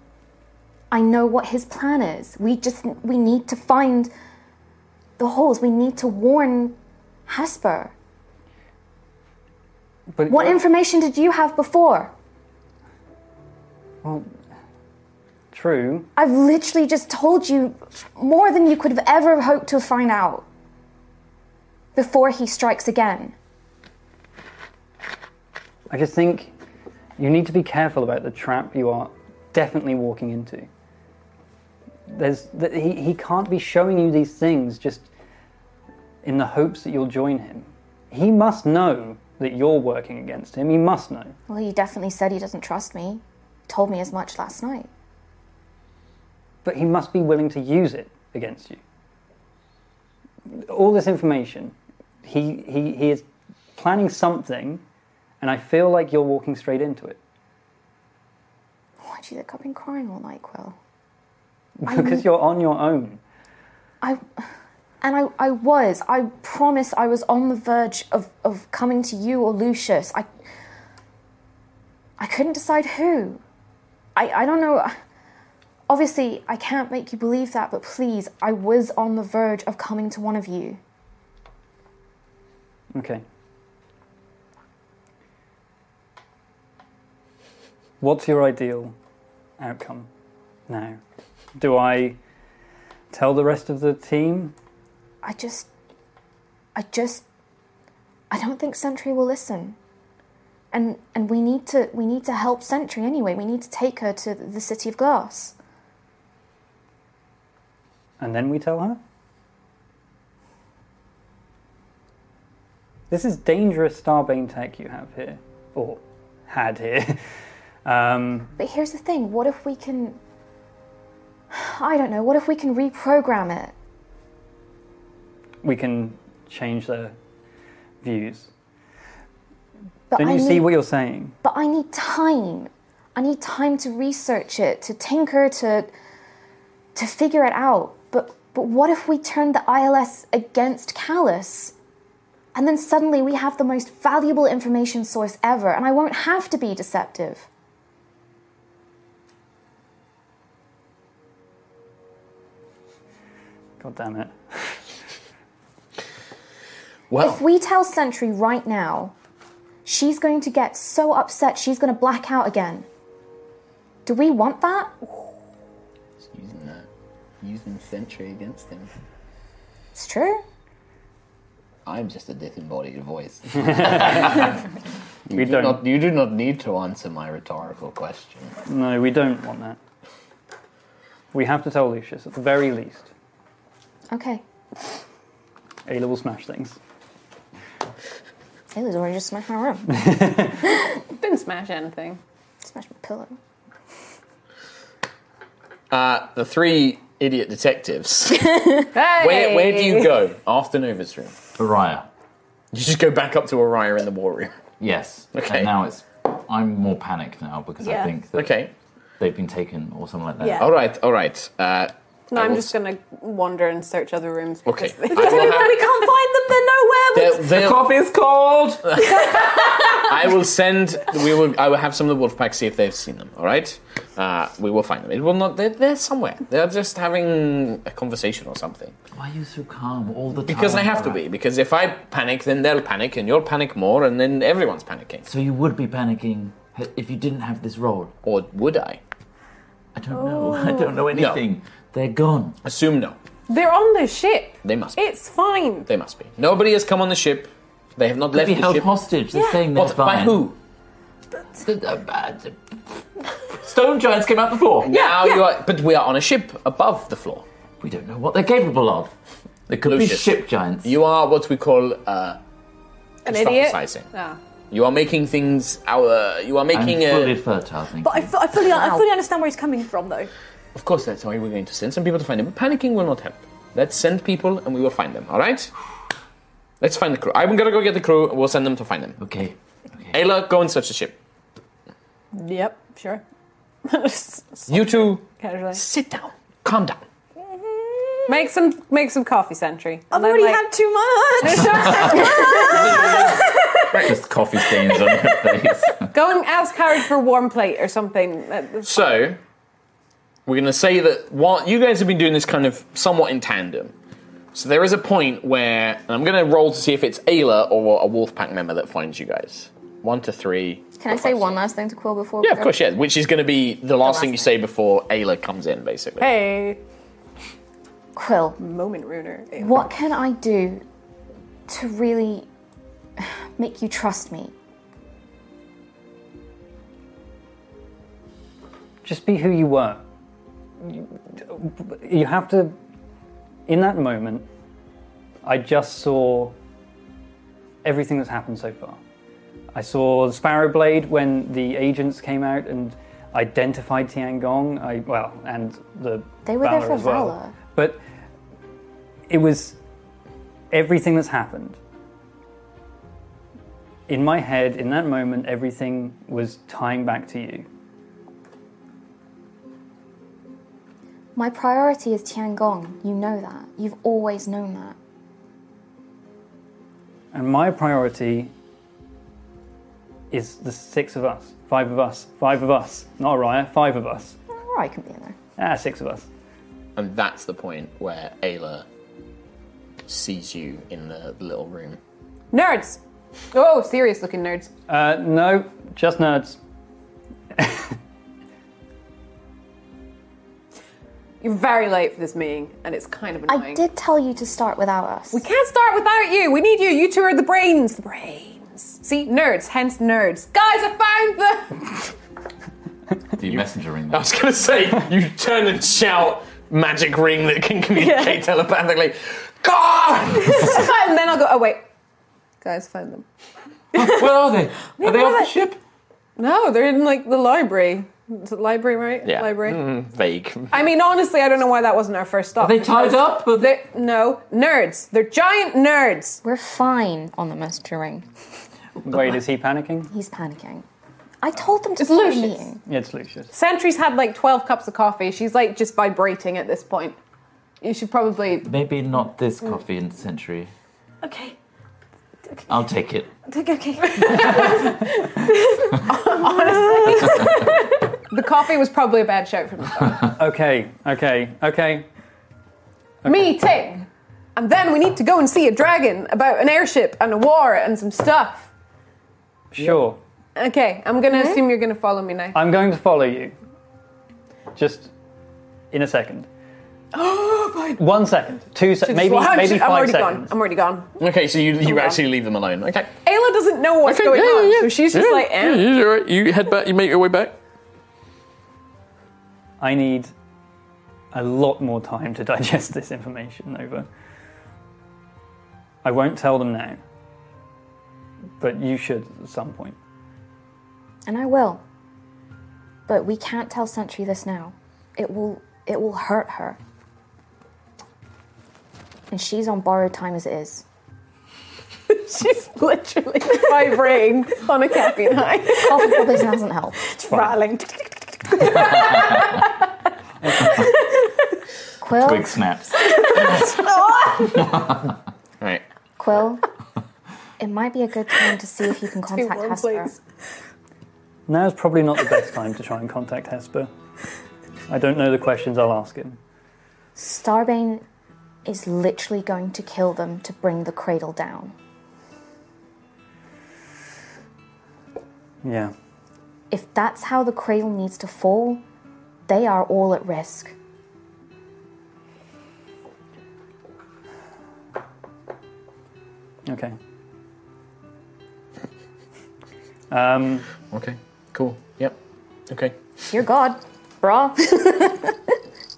I know what his plan is. We just we need to find the holes. We need to warn Hesper.
But
What information did you have before?
True.
I've literally just told you more than you could have ever hoped to find out before he strikes again.
I just think you need to be careful about the trap you are definitely walking into. There's th- he, he can't be showing you these things just in the hopes that you'll join him. He must know that you're working against him. He must know.
Well, he definitely said he doesn't trust me. Told me as much last night.
but he must be willing to use it against you. All this information, he, he, he is planning something, and I feel like you're walking straight into it
Why do you think I've been crying all night, Quill?
because you're on your own.
I And I, I was. I promise I was on the verge of, of coming to you or Lucius. I I couldn't decide who. I, I don't know. Obviously, I can't make you believe that, but please, I was on the verge of coming to one of you.
Okay. What's your ideal outcome now? Do I tell the rest of the team?
I just. I just. I don't think Sentry will listen. And, and we need to we need to help Sentry anyway. We need to take her to the city of glass.
And then we tell her? This is dangerous Starbane tech you have here. Or had here. um,
But here's the thing what if we can. I don't know, what if we can reprogram it?
we can change their views.
But
Don't
I
you
need,
see what you're saying?
But I need time. I need time to research it, to tinker, to. to figure it out. But, but what if we turn the ILS against Callus? And then suddenly we have the most valuable information source ever, and I won't have to be deceptive.
God damn it.
Well,
If
Oh.
we tell Sentry right now, she's going to get so upset she's going to black out again. Do we want that?
Using that. Using Sentry against him.
It's true.
I'm just a disembodied voice.
We
You do
don't.
not- you do not need to answer my rhetorical question.
No, we don't want that. We have to tell Lucius, at the very least.
Okay.
Ayla will smash things.
Taylor's already just smashed my room.
Didn't smash anything.
smashed my pillow.
uh, the three idiot detectives.
Hey!
where, where do you go after Nova's room?
Uriah.
You just go back up to Araya in the war room.
Yes.
Okay.
And now it's. I'm more panicked now because
Yeah.
I think that
Okay.
they've been taken or something like that.
Yeah.
All right. All right. Uh,
No,
I
I'm
will s-
just gonna wander and search other rooms.
Okay. I
because-
will have-
we can't find them. They're nowhere.
They'll- they'll-
Coffee's cold!
Uh,
I will send. We will. I will have some of the wolf pack see if they've seen them. All right. Uh, we will find them. It will not. They're, they're somewhere. They're just having a conversation or something.
Why are you so calm all the time?
Because they have to
Uriah?
be. Because if I panic, then they'll panic, and you'll panic more, and then everyone's panicking.
So you would be panicking ha- if you didn't have this role.
Or would I?
I don't know. I don't know anything. They're gone.
Assume no.
They're on the ship.
They must. Be.
It's fine.
They must be. Nobody has come on the ship. They have not
They'd
left
be
the
held
ship.
hostage. They're
Yeah.
saying they're
What?
fine.
By who?
Stone uh, giants came out the floor.
now you are. But we are on a ship above the floor.
We don't know what they're capable of. They could
Lucius.
be ship giants.
You are what we call uh,
An idiot.
Catastrophizing.
Ah.
You are making things. Our. You are
I'm
making a.
fully fertile. Thank
But I,
you.
fu- I fully, I fully understand where he's coming from, though.
Of course, that's why we're going to send some people to find them. But panicking will not help. Let's send people and we will find them, alright? Let's find the crew. I'm gonna go get the crew and we'll send them to find them.
Okay.
Ayla, go and search the ship.
Yep. Sure.
You two,
Casually.
sit down. Calm down.
Make some make some coffee, Sentry.
I've already had too much.
Just coffee stains on her face.
Go and ask Harry for a warm plate or something. Uh,
So, we're gonna say that while you guys have been doing this kind of somewhat in tandem, so there is a point where, and I'm gonna roll to see if it's Ayla or a wolf pack member that finds you guys. One to three.
Can I say one last thing to Quill before we
Yeah, of
go?
course, yeah. Which is gonna be the last,
last
thing you say before Ayla comes in, basically.
Hey,
Quill,
moment ruiner.
what can I do to really make you trust me?
Just be who you were. You have to. In that moment, I just saw everything that's happened so far. I saw the Sparrow Blade when the agents came out and identified Tian Gong. I well, and the
They were there
Valor
for
as well.
Valor.
But it was everything that's happened. In my head, in that moment, everything was tying back to you.
My priority is Tiangong. You know that. You've always known that.
And my priority is the six of us, five of us, five of us. Not Araya, five of us.
Or I can be in there.
Ah, six of us.
And that's the point where Ayla sees you in the little room.
Nerds! Oh, serious looking nerds.
Uh, no, just nerds.
You're very late for this meeting, and it's kind of annoying.
I did tell you to start without us.
We can't start without you. We need you. You two are the brains. The brains. See, nerds, hence nerds. Guys, I found the.
The messenger ring.
I was going to say, you turn and shout magic ring that can communicate telepathically. God!
and then I'll go. Oh wait, guys, find them.
Where are they? Are they off the ship?
No, they're in like the library. It's a library, right?
Yeah.
Library.
Mm, vague.
I mean, honestly, I don't know why that wasn't our first stop.
Are they tied up? Are they-
They're- no, nerds. They're giant nerds.
We're fine on the messenger ring.
Wait, is he panicking?
He's panicking. I told them to
It's
start
Lucius.
meeting.
Yeah, it's Lucius.
Sentry's had like twelve cups of coffee. She's like just vibrating at this point. You should probably.
Maybe not this coffee in century.
Okay.
I'll take it.
Okay.
The coffee was probably a bad shout from the start.
Okay, okay, okay.
meeting. And then we need to go and see a dragon about an airship and a war and some stuff.
Sure.
Okay, I'm gonna
Hmm?
assume you're gonna follow me now.
I'm going to follow you. Just in a second. One second. Two
Oh, Just-
seconds. Maybe,
well, I'm,
maybe
just-
5
I'm already gone.
seconds.
I'm already gone.
Okay, so you,
Oh,
you actually leave them alone. Okay.
Ayla doesn't know what's
Okay,
going
yeah,
on,
yeah, yeah.
so she's just
Yeah,
like, eh.
yeah, you're right. You head back, you make your way back.
I need a lot more time to digest this information over. I won't tell them now. But you should at some point.
And I will. But we can't tell Sentry this now. It will it will hurt her. And she's on borrowed time as it is.
She's literally vibrating on a caffeine high,
Coffee probably Oh, doesn't help.
rattling.
Quill,
Twig snaps.
Oh,
All right.
Quill, it might be a good time to see if you can contact
one,
Hesper.
please.
Now's probably not the best time to try and contact Hesper. I don't know the questions I'll ask him.
Starbane is literally going to kill them to bring the cradle down.
Yeah.
If that's how the cradle needs to fall, they are all at risk.
Okay. Um,
Okay. Cool. Yep. Okay.
Dear God, brah.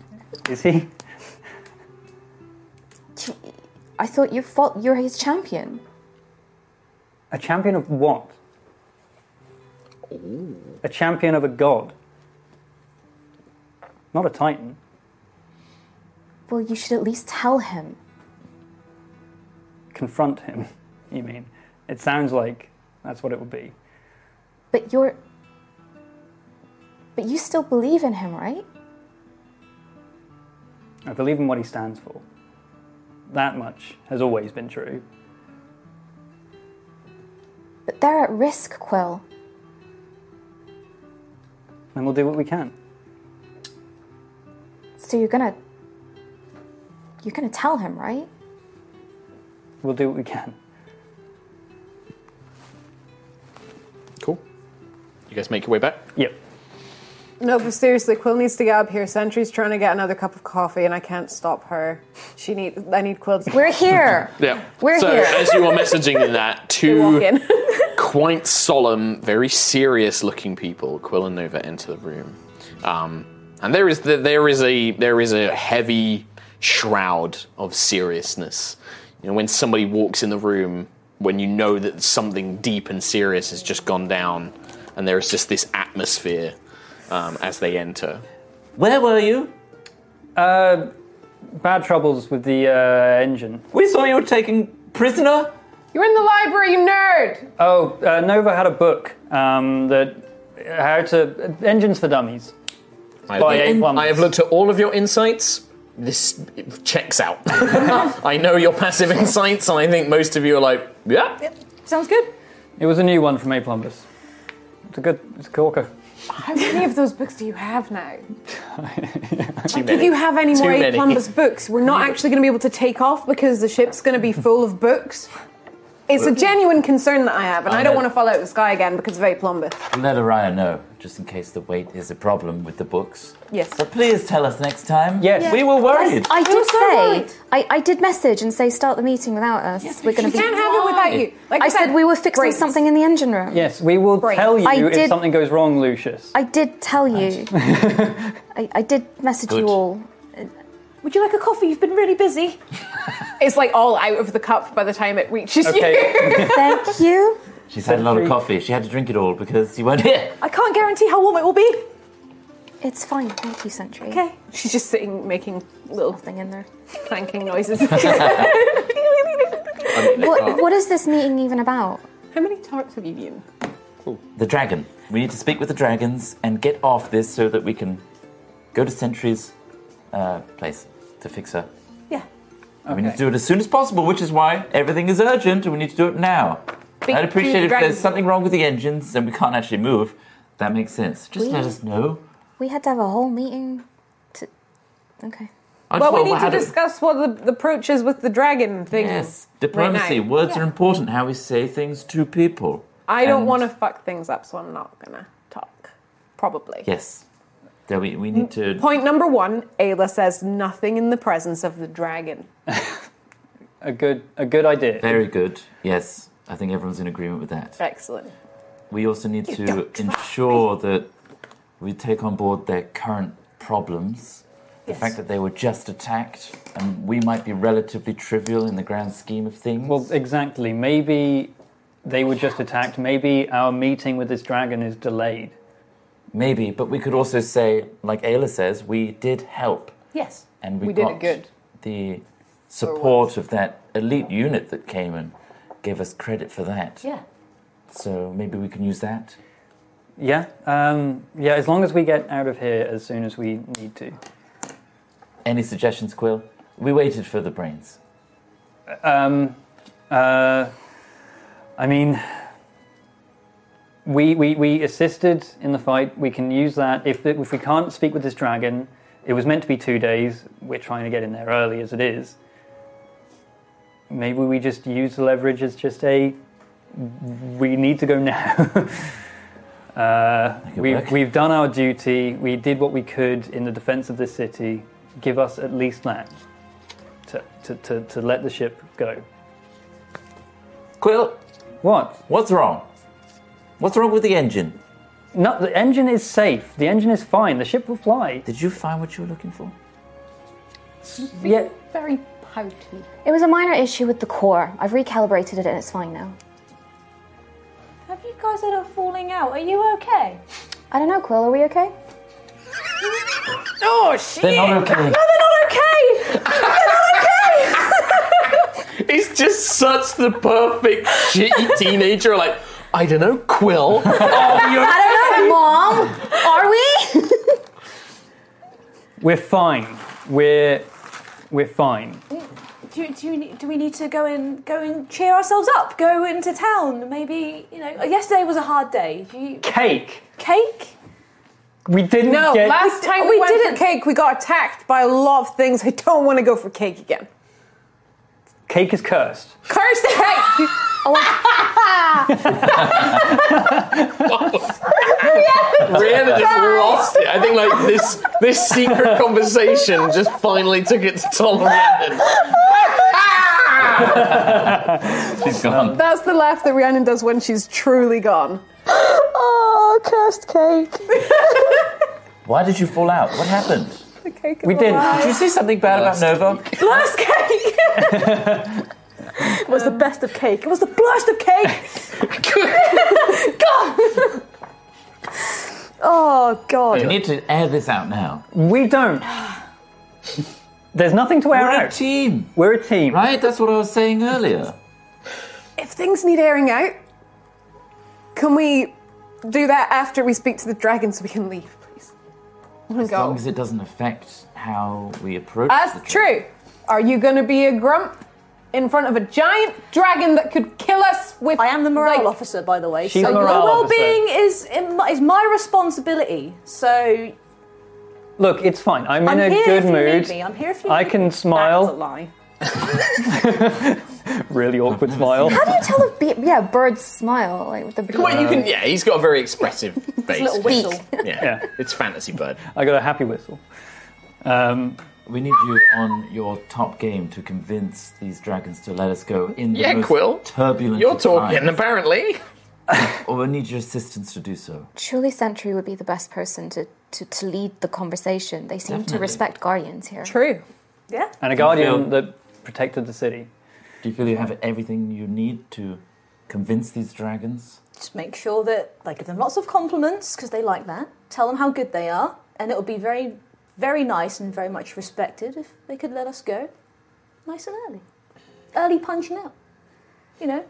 is he?
I thought you fought. You're his champion.
A champion of what? A champion of a god. Not a titan.
Well, you should at least tell him.
Confront him, you mean. It sounds like that's what it would be.
But you're. But you still believe in him, right?
I believe in what he stands for. That much has always been true.
But they're at risk, Quill.
And we'll do what we can.
So you're gonna. You're gonna tell him, right?
We'll do what we can.
Cool. You guys make your way back.
Yep.
No, but seriously, Quill needs to get up here. Sentry's trying to get another cup of coffee, and I can't stop her. She need. I need Quill to
We're here.
Yeah.
We're
so
here.
as you are messaging that,
walk
two
in.
quite solemn, very serious looking people, Quill and Nova, enter the room. Um, and there is the, there is a there is a heavy shroud of seriousness. You know, when somebody walks in the room, when you know that something deep and serious has just gone down, and there is just this atmosphere um, as they enter.
Where were you?
Uh, bad troubles with the uh, engine.
We saw you were taken prisoner.
You're in the library, you nerd.
Oh, uh, Nova had a book um, that how to engines for uh, dummies.
I,
By
have
eight
looked,
ones.
I have looked at all of your insights. This checks out. I know your passive insights, and I think most of you are like, yeah,
Sounds good.
It was a new one from A Plumbers. It's a good, it's a corker.
How many of those books do you have now?
too
If
many.
you have any
Too
more Eight
many.
Plumbers books, we're not actually going to be able to take off because the ship's going to be full of books. It's a genuine concern that I have, and I, don't
know.
want to fall out of the sky again because of Eight Plumbers.
Let Araya know, just in case the weight is a problem with the books.
Yes.
But please tell us next time.
Yes. Yeah.
We were
I,
worried.
I
were
did
so worried.
say, I, I did message and say, start the meeting without us. We're going to
You
be.
can't have it without you. Like
I said we were fixing
brains.
something in the engine room.
Yes, we will
Great.
tell you
I
if
did-
something goes wrong, Lucius.
I did tell you. I, I did message
Good.
you all.
Would you like a coffee? You've been really busy.
It's like all out of the cup by the time it reaches you.
Okay.
Thank you.
She's had a lot of
Three.
coffee. She had to drink it all because you weren't here.
I can't guarantee how warm it will be.
It's fine. Thank you, Sentry.
Okay.
She's just sitting making little
Nothing in there.
clanking noises.
What, what is this meeting even about?
How many tarts have you eaten?
The dragon. We need to speak with the dragons and get off this so that we can go to Sentry's uh, place to fix her.
Yeah.
We need to do it as soon as possible, which is why everything is urgent and we need to do it now. I'd appreciate if
dragon.
there's something wrong with the engines and we can't actually move. That makes sense. Just
We-
let us know.
We had to have a whole meeting to. Okay.
I
Well,
just-
we need
how
to
do-
discuss what the, the approach is with the dragon thing.
Yes, diplomacy.
now.
Words are important. How we say things to people.
I don't
And-
want to fuck things up, so I'm not gonna talk. Probably.
Yes. There we, we need to.
Point number one: Ayla says nothing in the presence of the dragon.
a good, a good idea.
Very good. Yes. I think everyone's in agreement with that.
Excellent.
We also need to
don't
ensure that we take on board their current problems. The fact that they were just attacked, and we might be relatively trivial in the grand scheme of things.
Well, exactly. Maybe they were just attacked. Maybe our meeting with this dragon is delayed.
Maybe, but we could also say, like Ayla says, we did help,
Yes.
and we,
We did it
got
good.
the support of that elite unit that came and gave us credit for that.
Yeah.
So maybe we can use that.
Yeah, um, yeah. As long as we get out of here as soon as we need to.
Any suggestions, Quill? We waited for the brains.
Um, uh, I mean, we, we we assisted in the fight. We can use that if if we can't speak with this dragon. It was meant to be two days. We're trying to get in there early as it is. Maybe we just use the leverage as just a. We need to go now. uh,
could
we've
work.
we've done our duty. We did what we could in the defense of this city. Give us at least that to, to, to, to let the ship go.
Quill,
What?
what's wrong? What's wrong with the engine?
No, the engine is safe. The engine is fine. The ship will fly.
Did you find what you were looking for?
Yeah,
Very pouty.
It was a minor issue with the core. I've recalibrated it and it's fine now.
Have you guys had a falling out? Are you okay?
I don't know, Quill. Are we okay?
Oh shit!
They're not okay.
They're not okay. They're not okay.
He's just such the perfect shitty teenager. Like, I don't know, Quill. Oh, you're
I don't know, Mom. Are we?
we're fine. We're we're fine.
do, do, we need- do we need to go and go and cheer ourselves up? Go into town, maybe you know. Yesterday was a hard day. Do you,
Cake.
cake?
We didn't
No,
get.
last time we,
we
went
didn't.
for cake, we got attacked by a lot of things. I don't want to go for cake again.
Cake is cursed.
Cursed cake!
Brianna just lost it. I think like this this secret conversation just finally took its toll on Rhiannon.
She's gone.
That's the laugh that Rhiannon does when she's truly gone.
Oh, cursed cake.
Why did you fall out? What happened?
The cake is
We did.
alive.
Did you say something bad about Nova?
Blast cake. it was the best of cake. It was the blast of cake. God. oh God.
You need to air this out now.
We don't. There's nothing to wear
We're a
out.
team,
We're a team.
right? That's what I was saying earlier.
If things need airing out, can we do that after we speak to the dragon so we can leave, please? Oh
As long as it doesn't affect how we approach. the
That's
trip.
true. Are you going to be a grump in front of a giant dragon that could kill us with?
I am the morale
like,
officer, by the way.
She's
so
the
your
morale
well-being is is my responsibility. So
Look, it's fine. I'm,
I'm
in a
here
good
if you
mood.
need me. I'm here if you.
I
need
can
me.
smile.
That's a lie.
Really awkward smile.
How do you tell a be- yeah bird smile like with the beak?
Well, you can. Yeah, he's got a very expressive face.
Little whistle.
Yeah.
Yeah.
it's fantasy bird.
I got a happy whistle. Um,
We need you on your top game to convince these dragons to let us go in the
Yeah,
most
Quill.
turbulent.
You're
of
talking
times.
apparently.
Or we need your assistance to do so.
Surely Sentry would be the best person to, to, to lead the conversation. They seem to
Definitely.
respect guardians here.
True.
Yeah.
and a guardian
feel-
that protected the city.
Do you feel you have everything you need to convince these dragons?
Just make sure that they give them lots of compliments because they like that. Tell them how good they are, and it'll be very, very nice and very much respected if they could let us go, nice and early. Early punching out. You know,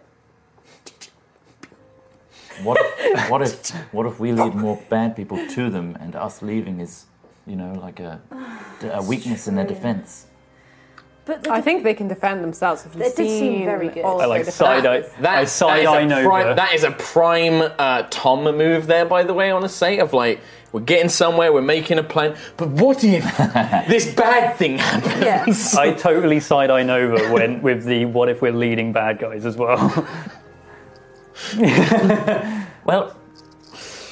What if, what if what if we lead more bad people to them, and us leaving is, you know, like a, a weakness in their defense?
but the
I think they can defend themselves. If
They did seem very good.
All
I
of
like
their
side eye.
defenses.
I side
that is a
eye Nova.
prime- that is a prime uh, Tom move there, by the way. I want to say of like we're getting somewhere, we're making a plan, but what if this bad thing happens?
yeah.
I totally side eye Nova when with the what if we're leading bad guys as well.
Well,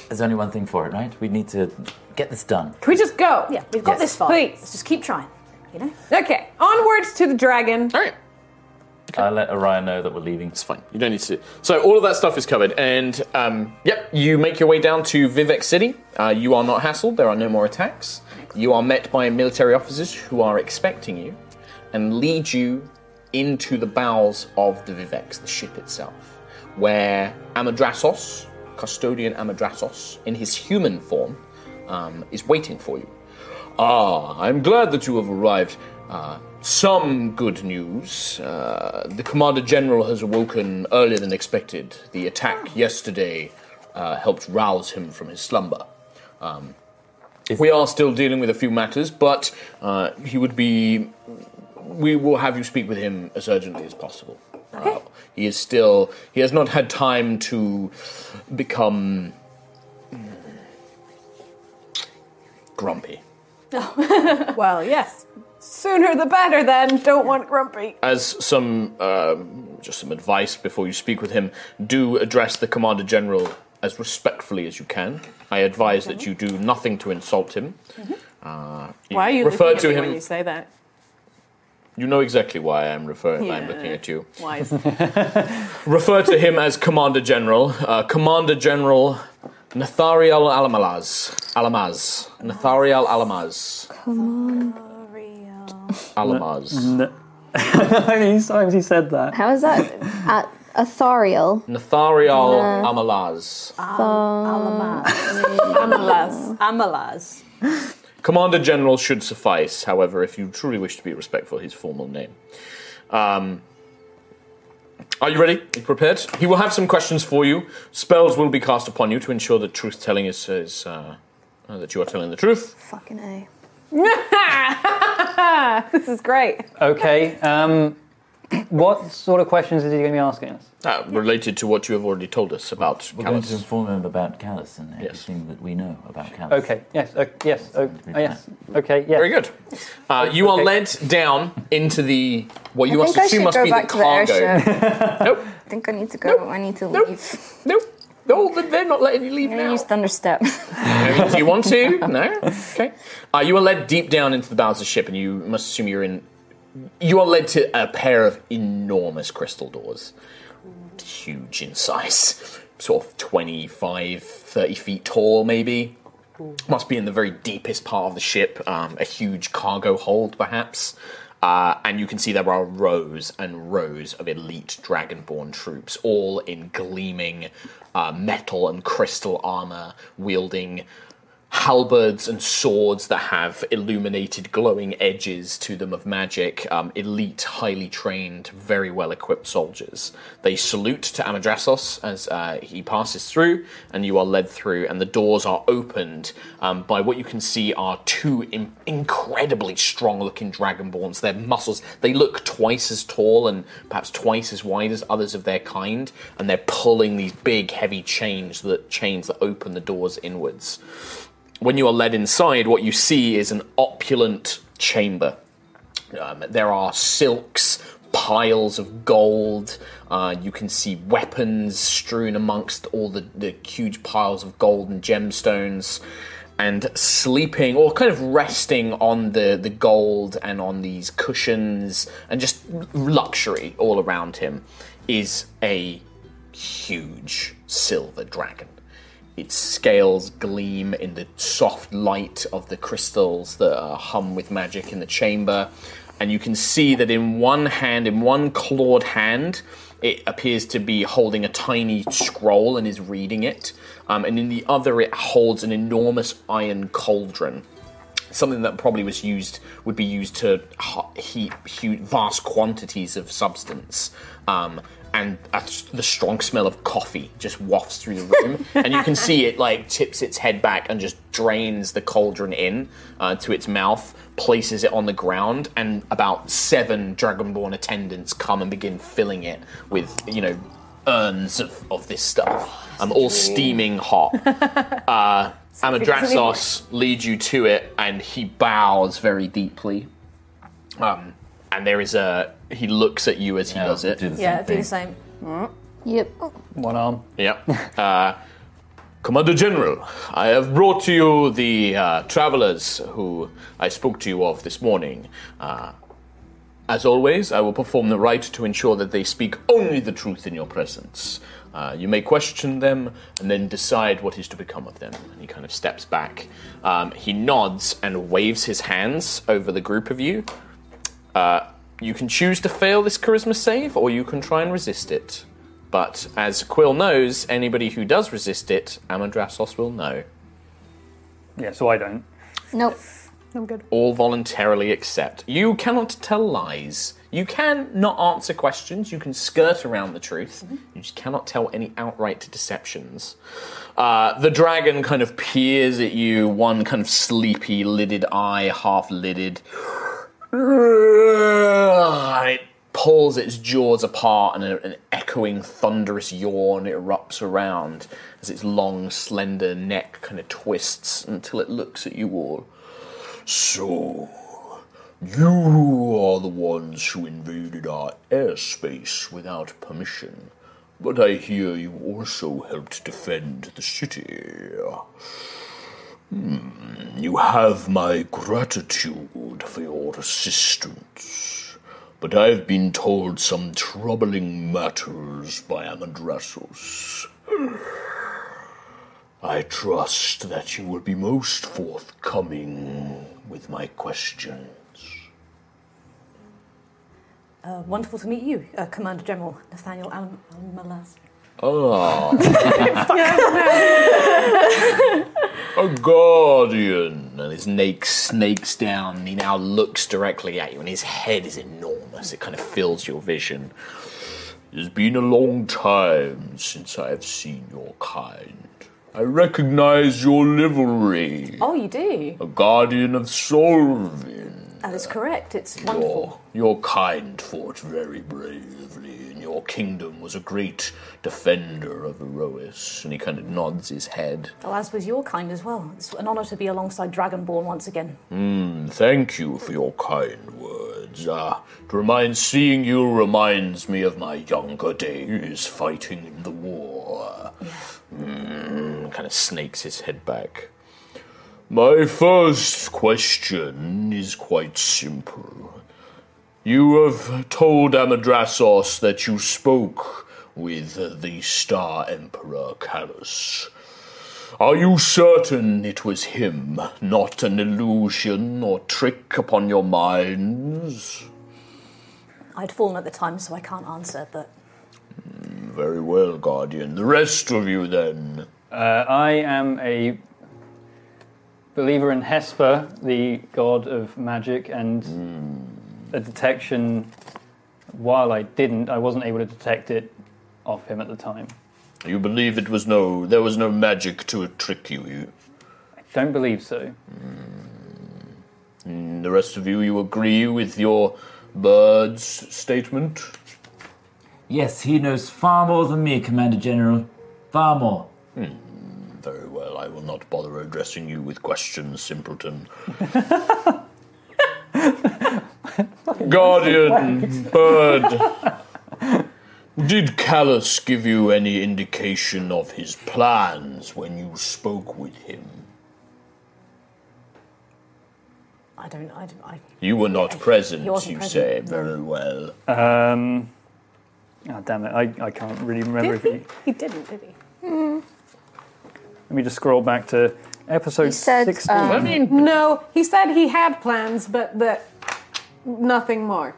there's only one thing for it, right? We need to get this done.
Can we just go?
yeah, we've got
Yes.
this far.
Please.
Let's just keep trying. You know,
Okay. Onwards to the dragon.
All right.
I'll let Orion know that we're leaving.
It's fine. You don't need to. So all of that stuff is covered, and um, yep, you make your way down to Vivek City. Uh, you are not hassled. There are no more attacks. You are met by military officers who are expecting you, and lead you into the bowels of the Vivex, the ship itself, where Amadrasos, custodian Amadrasos, in his human form, um, is waiting for you. Ah, I'm glad that you have arrived. Uh, some good news. Uh, the Commander General has awoken earlier than expected. The attack yesterday uh, helped rouse him from his slumber. Um, we are still dealing with a few matters, but uh, he would be. We will have you speak with him as urgently as possible. Uh, he is still. He has not had time to become mm, grumpy.
Well, yes. Sooner the better. Then don't want grumpy.
as some um, just some advice before you speak with him, do address the commander general as respectfully as you can. I advise that you do nothing to insult him. Uh,
Mm-hmm. Why are you
refer
looking at
to
me
him?
when you say that?
you know exactly why I'm referring. I'm
Yeah.
looking at you.
Why? is-
refer to him as Commander General. Uh, Commander General Nathariel Alamaz. Alamaz. Nathariel Alamaz.
Mm-hmm.
Alamaz.
How many times he said that?
How is that? At Athariel.
Nathariel Amalaz.
Um, Uh,
Amalaz.
Amalaz.
Commander General should suffice, however, if you truly wish to be respectful, his formal name. Um, are you ready? Are you prepared? He will have some questions for you. Spells will be cast upon you to ensure that truth telling is. is uh, uh, that you are telling the truth.
Fucking A.
this is great.
Okay. Um, what sort of questions is he going to be asking us?
Uh, related to what you have already told us about
We're going to
Callus.
inform him about Callus and
Yes.
everything that we know about Callus.
Okay. Yes. o yes. o oh, yes. Okay. Yes.
Very good. Uh, you are
Okay.
led down into the. What you
I
must
think I
assume
should
must
go
be the
back to the
cargo.
airship.
nope,
I think I need to go. I need to
Nope.
leave.
nope. No, they're not letting you leave
I'm gonna
now.
use Thunderstep.
No, Do you want to? No? Okay. Uh, you are led deep down into the bowels of the ship, and you must assume you're in. You are led to a pair of enormous crystal doors. Huge in size. Sort of 25, 30 feet tall, maybe. Must be in the very deepest part of the ship, um, a huge cargo hold, perhaps. Uh, and you can see there are rows and rows of elite dragonborn troops, all in gleaming uh, metal and crystal armor, wielding halberds and swords that have illuminated glowing edges to them of magic um, elite highly trained very well equipped soldiers they salute to amadrasos as uh, he passes through and you are led through and the doors are opened um, by what you can see are two im- incredibly strong looking dragonborns their muscles they look twice as tall and perhaps twice as wide as others of their kind and they're pulling these big heavy chains that chains that open the doors inwards when you are led inside, what you see is an opulent chamber. Um, there are silks, piles of gold. Uh, you can see weapons strewn amongst all the, the huge piles of gold and gemstones. And sleeping or kind of resting on the, the gold and on these cushions and just luxury all around him is a huge silver dragon its scales gleam in the soft light of the crystals that are hum with magic in the chamber. And you can see that in one hand, in one clawed hand, it appears to be holding a tiny scroll and is reading it. Um, and in the other, it holds an enormous iron cauldron something that probably was used would be used to ho- heat huge, vast quantities of substance. Um, and a, the strong smell of coffee just wafts through the room, and you can see it like tips its head back and just drains the cauldron in uh, to its mouth, places it on the ground, and about seven dragonborn attendants come and begin filling it with you know urns of, of this stuff. I'm all steaming hot. Amadraxos leads you to it, and he bows very deeply. Um, and there is a he looks at you as he does it.
Do the
Yeah, do
same
the
thing.
same.
Yep.
One arm.
Yep. Uh, Commander General, I have brought to you the uh, travelers who I spoke to you of this morning. Uh, as always, I will perform the rite to ensure that they speak only the truth in your presence. Uh, you may question them and then decide what is to become of them. And he kind of steps back. Um, he nods and waves his hands over the group of you. Uh, you can choose to fail this charisma save, or you can try and resist it. But as Quill knows, anybody who does resist it, Amadrasos will know.
Yeah, so I don't.
Nope.
I'm good.
All voluntarily accept. You cannot tell lies. You can not answer questions. You can skirt around the truth. You just cannot tell any outright deceptions. Uh, the dragon kind of peers at you, one kind of sleepy, lidded eye, half lidded. It pulls its jaws apart, and a, an echoing, thunderous yawn erupts around as its long, slender neck kind of twists until it looks at you all. So, you are the ones who invaded our airspace without permission, but I hear you also helped defend the city. Hmm, you have my gratitude for your assistance, but I've been told some troubling matters by Amadrasos. I trust that you will be most forthcoming with my questions.
Uh, wonderful to meet you, uh, Commander General Nathaniel Alan, Alan Malaz.
A guardian! And his neck snakes down, and he now looks directly at you, and his head is enormous. It kind of fills your vision. It has been a long time since I have seen your kind. I recognize your livery.
Oh, you do?
A guardian of Solvin.
That is correct. It's
Your,
wonderful.
your kind fought very bravely, and your kingdom was a great defender of Erois. And he kind of nods his head.
Well, as was your kind as well. It's an honour to be alongside Dragonborn once again.
Thank you for your kind words. Ah, it reminds seeing you reminds me of my younger days fighting in the war. Mm, kind of snakes his head back. My first question is quite simple. You have told Amadrasos that you spoke with the Star Emperor Callus. Are you certain it was him, not an illusion or trick upon your minds?
I'd fallen at the time, so I can't answer, but
Very well, Guardian. The rest of you, then.
Uh, I am a believer in Hesper, the god of magic, and a detection. While I didn't, I wasn't able to detect it off him at the time.
You believe it was no, there was no magic to trick you. you
Don't believe so.
and the rest of you, you agree with your bird's statement?
Yes, he knows far more than me, Commander General. Far more.
Very well, I will not bother addressing you with questions, simpleton. Guardian bird, did Callus give you any indication of his plans when you spoke with him?
I don't. I don't. I,
You were not present,
He wasn't
you
present,
say.
no.
Very well.
Um, oh, damn it, I, I can't really remember if
Did
he.
he? He didn't, did he?
Let me just scroll back to episode
He said,
16.
um,
No, he said he had plans, but that nothing more.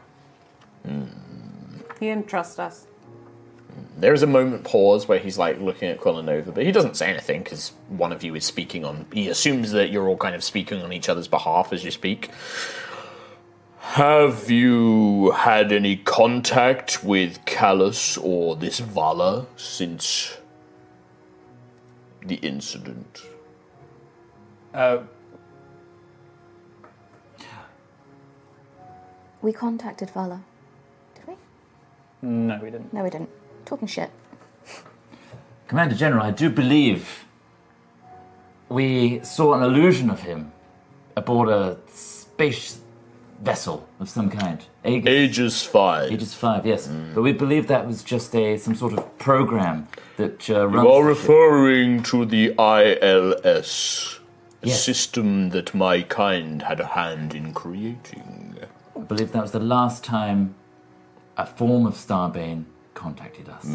He didn't trust us.
There is a moment pause where he's like looking at Quillen over, but he doesn't say anything because one of you is speaking on. He assumes that you're all kind of speaking on each other's behalf as you speak.
Have you had any contact with Callus or this Vala since the incident?
Uh,
we contacted Vala. Did we?
no, we didn't.
No, we didn't. Talking shit.
Commander General, I do believe we saw an illusion of him aboard a space vessel of some kind. Aegis,
Aegis 5.
Aegis Five, yes. But we believe that was just a some sort of program that uh, runs.
You are
the ship.
referring to the ILS, a
Yes.
system that my kind had a hand in creating.
I believe that was the last time a form of Starbane contacted us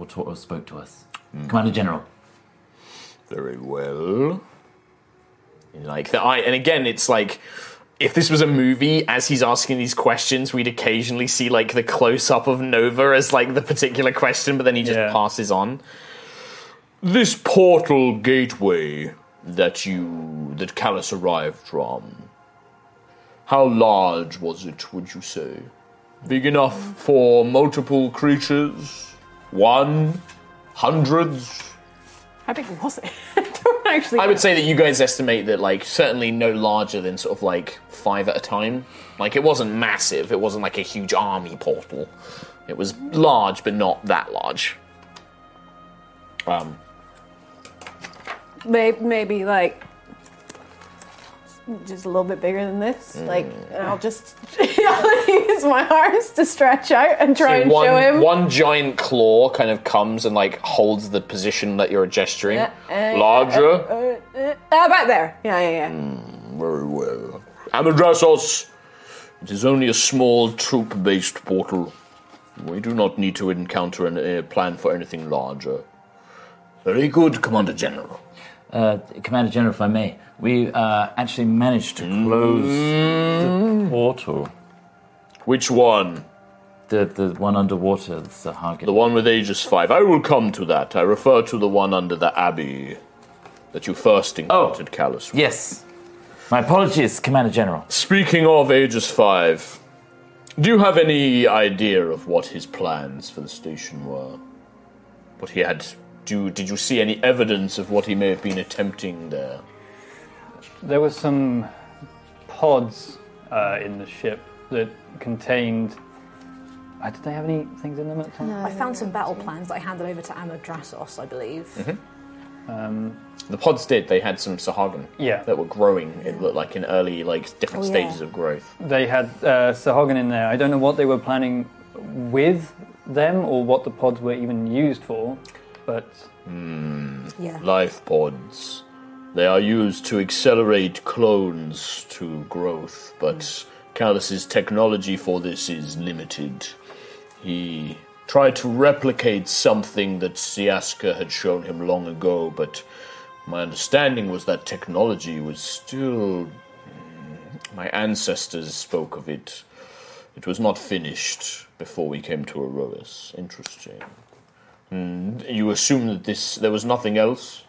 or, ta- or spoke to us. Commander General,
Very well.
Like the eye, and again, it's like if this was a movie, as he's asking these questions, we'd occasionally see like the close up of Nova as like the particular question, but then he just
Yeah.
passes on.
This portal gateway that you that Callus arrived from. How large was it, would you say? Big enough for multiple creatures? One? Hundreds?
How big was it? I don't actually.
I would say that you guys estimate that like certainly no larger than sort of like five at a time. Like it wasn't massive. It wasn't like a huge army portal. It was large, but not that large. Um,
May- maybe like just a little bit bigger than this.
Mm.
Like, and I'll just I'll use my arms to stretch out and try
so
and
one
show him.
one giant claw kind of comes and like holds the position that you're gesturing.
uh,
larger.
Uh, uh, about there. Yeah, yeah, yeah.
Very well. Amadrasos! It is only a small troop based portal. We do not need to encounter and uh, plan for anything larger. Very good, Commander General.
uh, Commander General, if I may, we uh, actually managed to close the portal.
Which one?
The, the one underwater, the Sahagin.
The one with Aegis 5. I will come to that. I refer to the one under the Abbey that you first encountered, Callus.
Yes. My apologies, Commander General.
Speaking of Aegis 5, do you have any idea of what his plans for the station were? What he had. Do, did you see any evidence of what he may have been attempting there?
There were some pods uh, in the ship that contained. Uh, did they have any things in them at the time?
I found some battle plans that I handed over to Amadrasos, I believe.
The pods did. They had some Sahagin.
Yeah.
That were growing. It looked like in early like different
Oh, yeah.
stages of growth.
They had uh, Sahagan in there. I don't know what they were planning with them or what the pods were even used for, but
Yeah.
Life pods. They are used to accelerate clones to growth, but Callus's technology for this is limited. He tried to replicate something that Siaska had shown him long ago, but my understanding was that technology was still. mm, My ancestors spoke of it. It was not finished before we came to Erois. Interesting. You assume that this there was nothing else.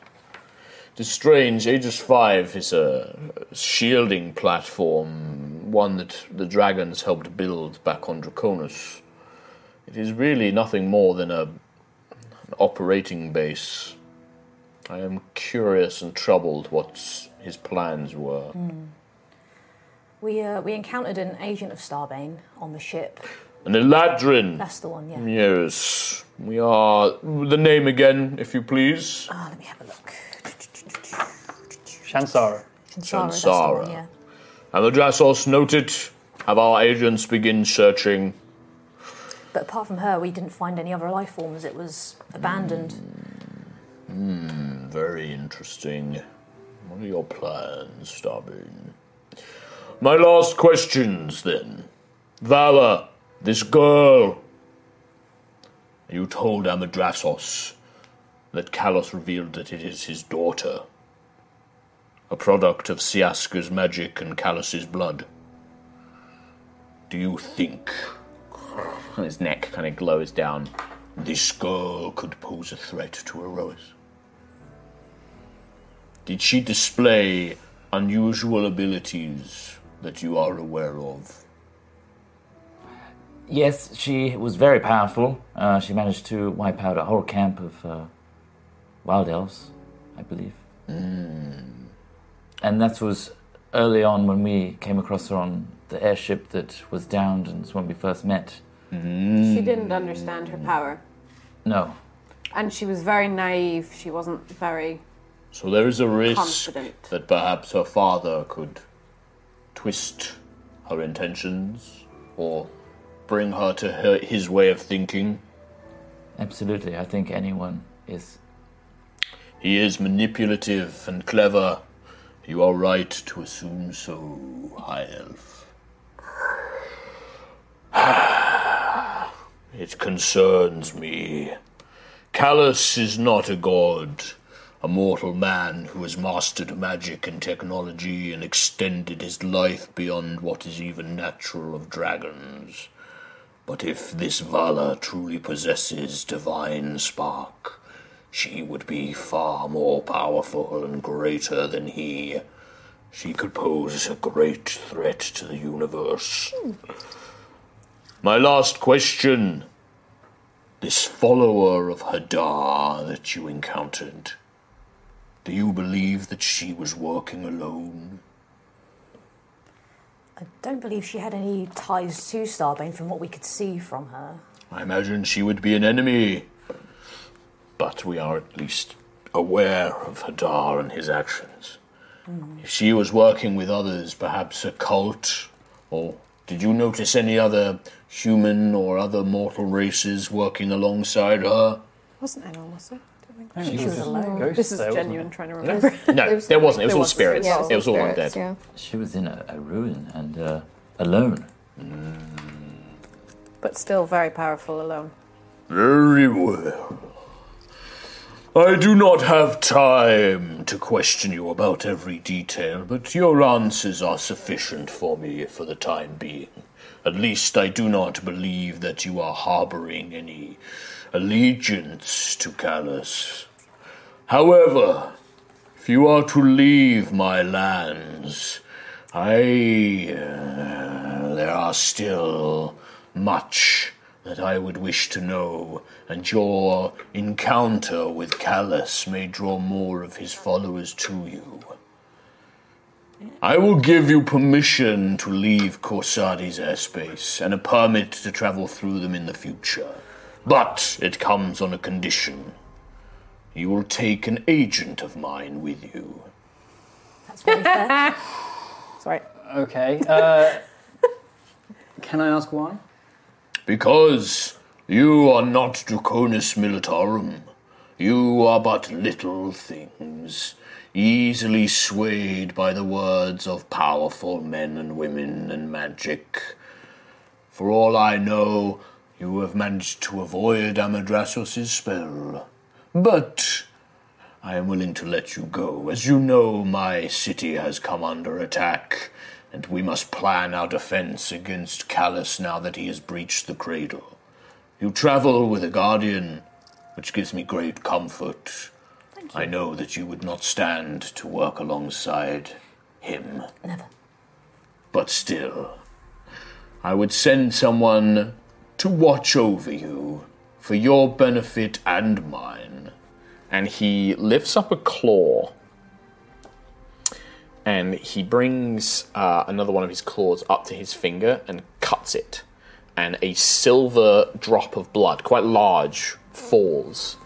It is strange. Aegis Five is a shielding platform, one that the dragons helped build back on Draconis. It is really nothing more than a, an operating base. I am curious and troubled what his plans were.
We, uh, we encountered an agent of Starbane on the ship.
An Eladrin.
That's the one,
Mm.
yeah.
Yes, we are. The name again, if you please.
Ah, let me have a look.
Shansara.
Shansara, that's the
Shansara.
one, yeah.
And the Drassos noted. Have our agents begin searching.
But apart from her, we didn't find any other life forms. It was abandoned.
Very interesting. What are your plans, Starbane? My last questions, then. Vala, this girl. You told Amadrasos that Kalos revealed that it is his daughter. A product of Siaska's magic and Kalos's blood. Do you think
And his neck kind of glows down.
this girl could pose a threat to Erois? Did she display unusual abilities that you are aware of?
Yes, she was very powerful. Uh, she managed to wipe out a whole camp of uh, wild elves, I believe.
Hmm.
And that was early on when we came across her on the airship that was downed, and it's when we first met.
Mm.
She didn't understand her power.
No,
And she was very naive. She wasn't very.
So there is a risk
Confident.
that perhaps her father could twist her intentions or bring her to her, his way of thinking.
absolutely. I think anyone is.
He is manipulative and clever. You are right to assume so, High Elf. it concerns me. Callus is not a god, a mortal man who has mastered magic and technology and extended his life beyond what is even natural of dragons. But if this Vala truly possesses divine spark, she would be far more powerful and greater than he. She could pose a great threat to the universe. My last question. This follower of Hadar that you encountered, do you believe that she was working alone?
I don't believe she had any ties to Starbane from what we could see from her.
I imagine she would be an enemy. But we are at least aware of Hadar and his actions. If she was working with others, perhaps a cult, or did you notice any other human or other mortal races working alongside her?
Wasn't anyone, was it?
She was
alone.
Ghost
This is
there, wasn't
genuine, trying to remember.
No, there wasn't. It was
There
all
was-
spirits.
yeah, it was
It was all
Spirits,
undead.
Yeah.
She was in a, a ruin and uh, alone.
but still very powerful alone.
Very well. I do not have time to question you about every detail, but your answers are sufficient for me for the time being. At least I do not believe that you are harboring any allegiance to Callus. However, if you are to leave my lands, I. uh, there are still much that I would wish to know, and your encounter with Callus may draw more of his followers to you. I will give you permission to leave Corsadi's airspace and a permit to travel through them in the future, but it comes on a condition. You will take an agent of mine with you.
That's very fair.
Sorry.
Okay. Uh, can I ask why?
Because you are not Draconis Militarum. You are but little things, easily swayed by the words of powerful men and women and magic. For all I know, you have managed to avoid Amadrasos's spell. But I am willing to let you go. As you know, my city has come under attack, and we must plan our defense against Callus now that he has breached the cradle. You travel with a guardian, which gives me great comfort.
I know that you would not stand to work alongside him.
Never.
But still, I would send someone to watch over you for your benefit and mine.
and he lifts up a claw and he brings uh, another one of his claws up to his finger and cuts it and a silver drop of blood quite large falls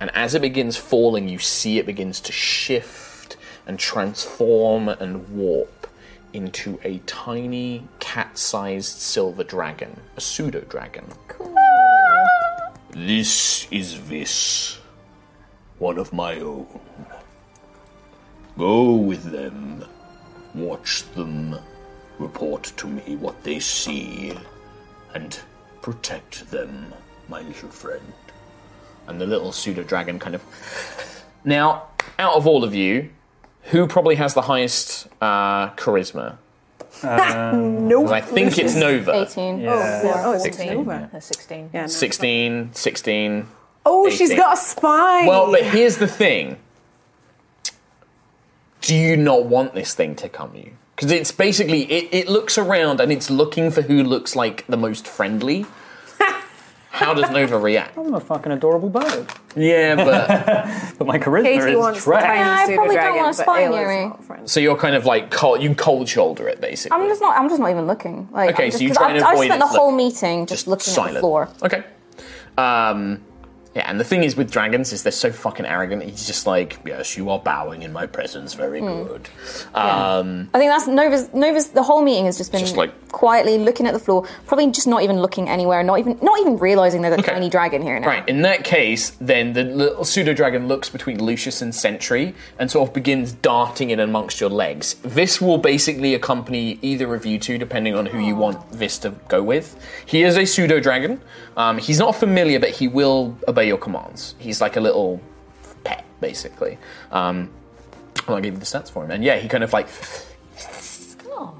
and as it begins falling you see it begins to shift and transform and warp into a tiny cat-sized silver dragon a pseudo dragon
This is this, one of my own. Go with them, watch them, report to me what they see, and protect them, my little friend.
and the little pseudo dragon kind of. Now, out of all of you, who probably has the highest uh, charisma?
Nope.
'Cause I think it's Nova.
18.
Oh, it's
16.
Nova.
Uh, 16.
Yeah, no.
16, 16.
Oh, she's
18.
got a spine.
Well, but here's the thing. Do you not want this thing to come you? Because it's basically, it, it looks around and it's looking for who looks like the most friendly. How does Nova react?
I'm a fucking adorable bird.
Yeah, but
But my charisma
Katie wants
is
the tiny
trash.
Yeah, I
pseudo
probably don't
dragon,
want a
but
spine,
Ayla's
Yuri.
not a friend.
so you're kind of like cold, you cold shoulder it basically.
I'm just not. I'm just not even looking. Like,
Okay,
I'm just,
so you
'cause
try
I've,
and
I've
avoid
spent
it,
the
like,
whole meeting just, looking at the floor.
Okay. Um, yeah, and the thing is with dragons is they're so fucking arrogant. He's just like,
Yes, you are bowing in my presence, very
Hmm.
good.
um,
I think that's Nova's. Nova's. The whole meeting has just been
Just like-
quietly looking at the floor, probably just not even looking anywhere, not even not even realizing there's a
Okay.
tiny dragon here now.
right. In that case, then the little pseudo dragon looks between Lucius and Sentry and sort of begins darting in amongst your legs. This will basically accompany either of you two, depending on who you want this to go with. He is a pseudo dragon. Um, he's not familiar, but he will obey your commands. He's like a little pet, basically. Um, well, I gave you the stats for him, and yeah, he kind of like
That Oh.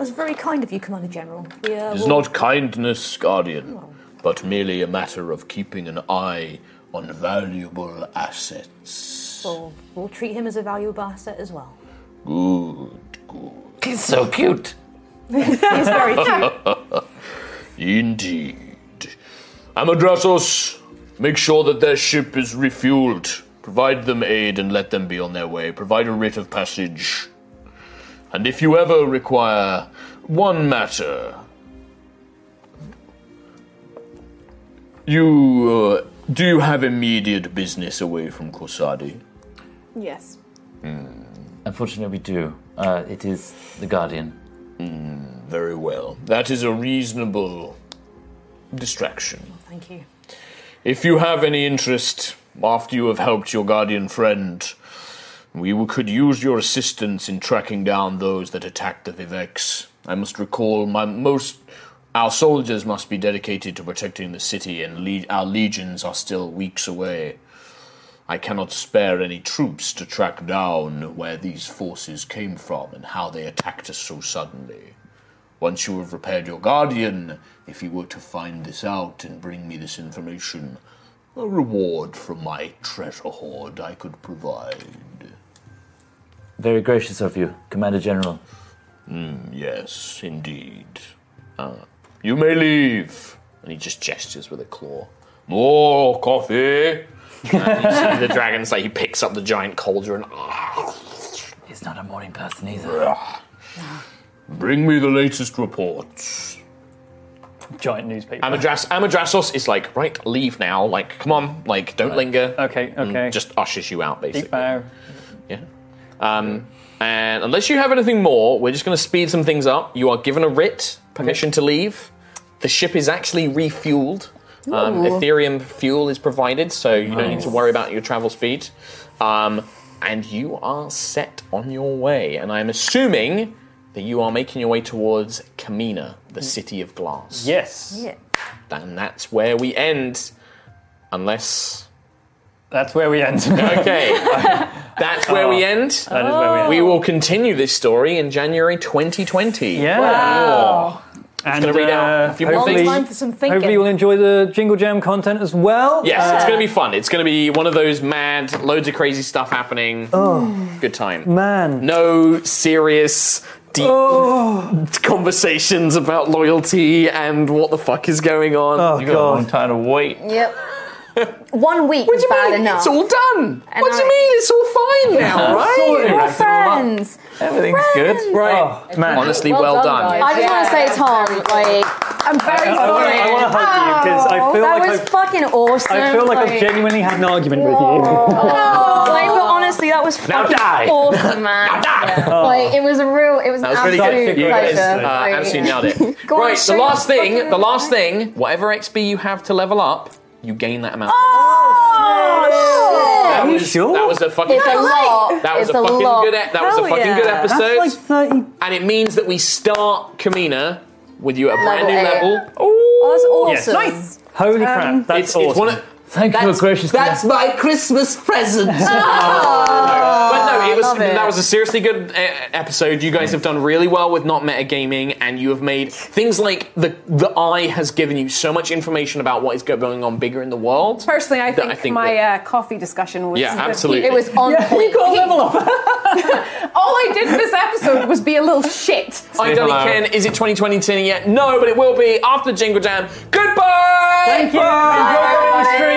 was very kind of you, Commander General. We, uh,
It is
will-
not kindness, Guardian, but merely a matter of keeping an eye on valuable assets.
Oh.
We'll, we'll treat him as a valuable asset as well.
Good, good.
He's so cute.
He's very cute.
Indeed. Amadrasos, make sure that their ship is refueled. Provide them aid and let them be on their way. Provide a writ of passage. And if you ever require one matter, you uh, do you have immediate business away from Corsadi?
Yes.
Unfortunately, we do. Uh, it is the Guardian.
Very well. That is a reasonable distraction.
Thank you.
If you have any interest after you have helped your guardian friend, we w- could use your assistance in tracking down those that attacked the Vivex. I must recall my most our soldiers must be dedicated to protecting the city and le- our legions are still weeks away. I cannot spare any troops to track down where these forces came from and how they attacked us so suddenly. Once you have repaired your guardian, if you were to find this out and bring me this information, a reward from my treasure hoard I could provide.
Very gracious of you, Commander General.
Hmm, Yes, indeed. Ah, you may leave. And he just gestures with a claw. More coffee.
the dragon's like he picks up the giant cauldron.
He's not a morning person either.
Bring me the latest reports.
Giant newspaper.
Amadras- Amadrasos is like, right, leave now. Like, come on, like, don't linger.
okay,
Mm,
okay. Uh,
And just ushers you out,
Deep
basically.
bow.
Yeah. Um, and unless you have anything more, we're just going to speed some things up. You are given a writ, permission to leave. The ship is actually refueled. Um, Ethereum fuel is provided, so you don't need to worry about your travel speed. Um, and you are set on your way. And I'm assuming that you are making your way towards Kamina, the city of glass.
Yes.
Yeah.
And that's where we end. Unless.
That's where we end. that
Okay. that's where we end.
is where we end.
We will continue this story in January 2020.
yeah. And uh,
gonna read out a few more
hopefully-
things.
Time for some thinking.
Hopefully, you'll enjoy the Jingle Jam content as well.
Yes,
Uh,
it's going to be fun. It's going to be one of those mad, loads of crazy stuff happening.
Oh.
Good time.
man.
No serious, deep
Oh.
conversations about loyalty and what the fuck is going on.
Oh,
You've got a long
God.
time to wait.
Yep. One week
What do
was
you
bad
mean?
enough.
It's all done.
And
what do
I-
you mean? It's all fine now,
sorry.
right?
We're
wrapped it all up.
friends.
Everything's good.
Right.
Oh, man.
Honestly, well, done.
guys.
I just want to say, Tom, like,
I'm very
I want to
sorry.
hug you because I feel
that
like
was
I've,
fucking awesome.
I feel like I've genuinely had an argument with you.
Like, but honestly, that was
Now
fucking
die.
awesome, man. Like, it was a real, it was an
That was really
absolute
good. You guys
pleasure.
uh,
Like,
absolutely nailed it.
Go on,
right,
show
the last
your
thing,
fucking-
the last thing, whatever XP you have to level up, you gain that amount.
Oh,
that
you
was,
sure?
That was a fucking.
It's a lot.
That was
it's
a fucking
lot.
good. e- That was a
Hell
fucking
yeah.
good
That's
episode,
That's like 30.
and it means that we start Kamina with you at a brand new
eight.
level.
Oh,
Yes.
that's awesome.
Nice.
Holy crap. That's
It's,
awesome.
it's one of,
Thank you for gracious.
That's my Christmas present.
but no, it was
Ah, love it.
that was a seriously good uh, episode. You guys have done really well with not metagaming, and you have made things like the the eye has given you so much information about what is going on bigger in the world.
Personally, I
that
think, my
that-
uh, coffee discussion was.
yeah,
the-
absolutely.
It was on point.
All I did this episode was be a little shit.
I don't
hello.
Ken. Is it 2020 yet? No, but it will be after Jingle Jam. Goodbye.
Thank you. Enjoy the stream.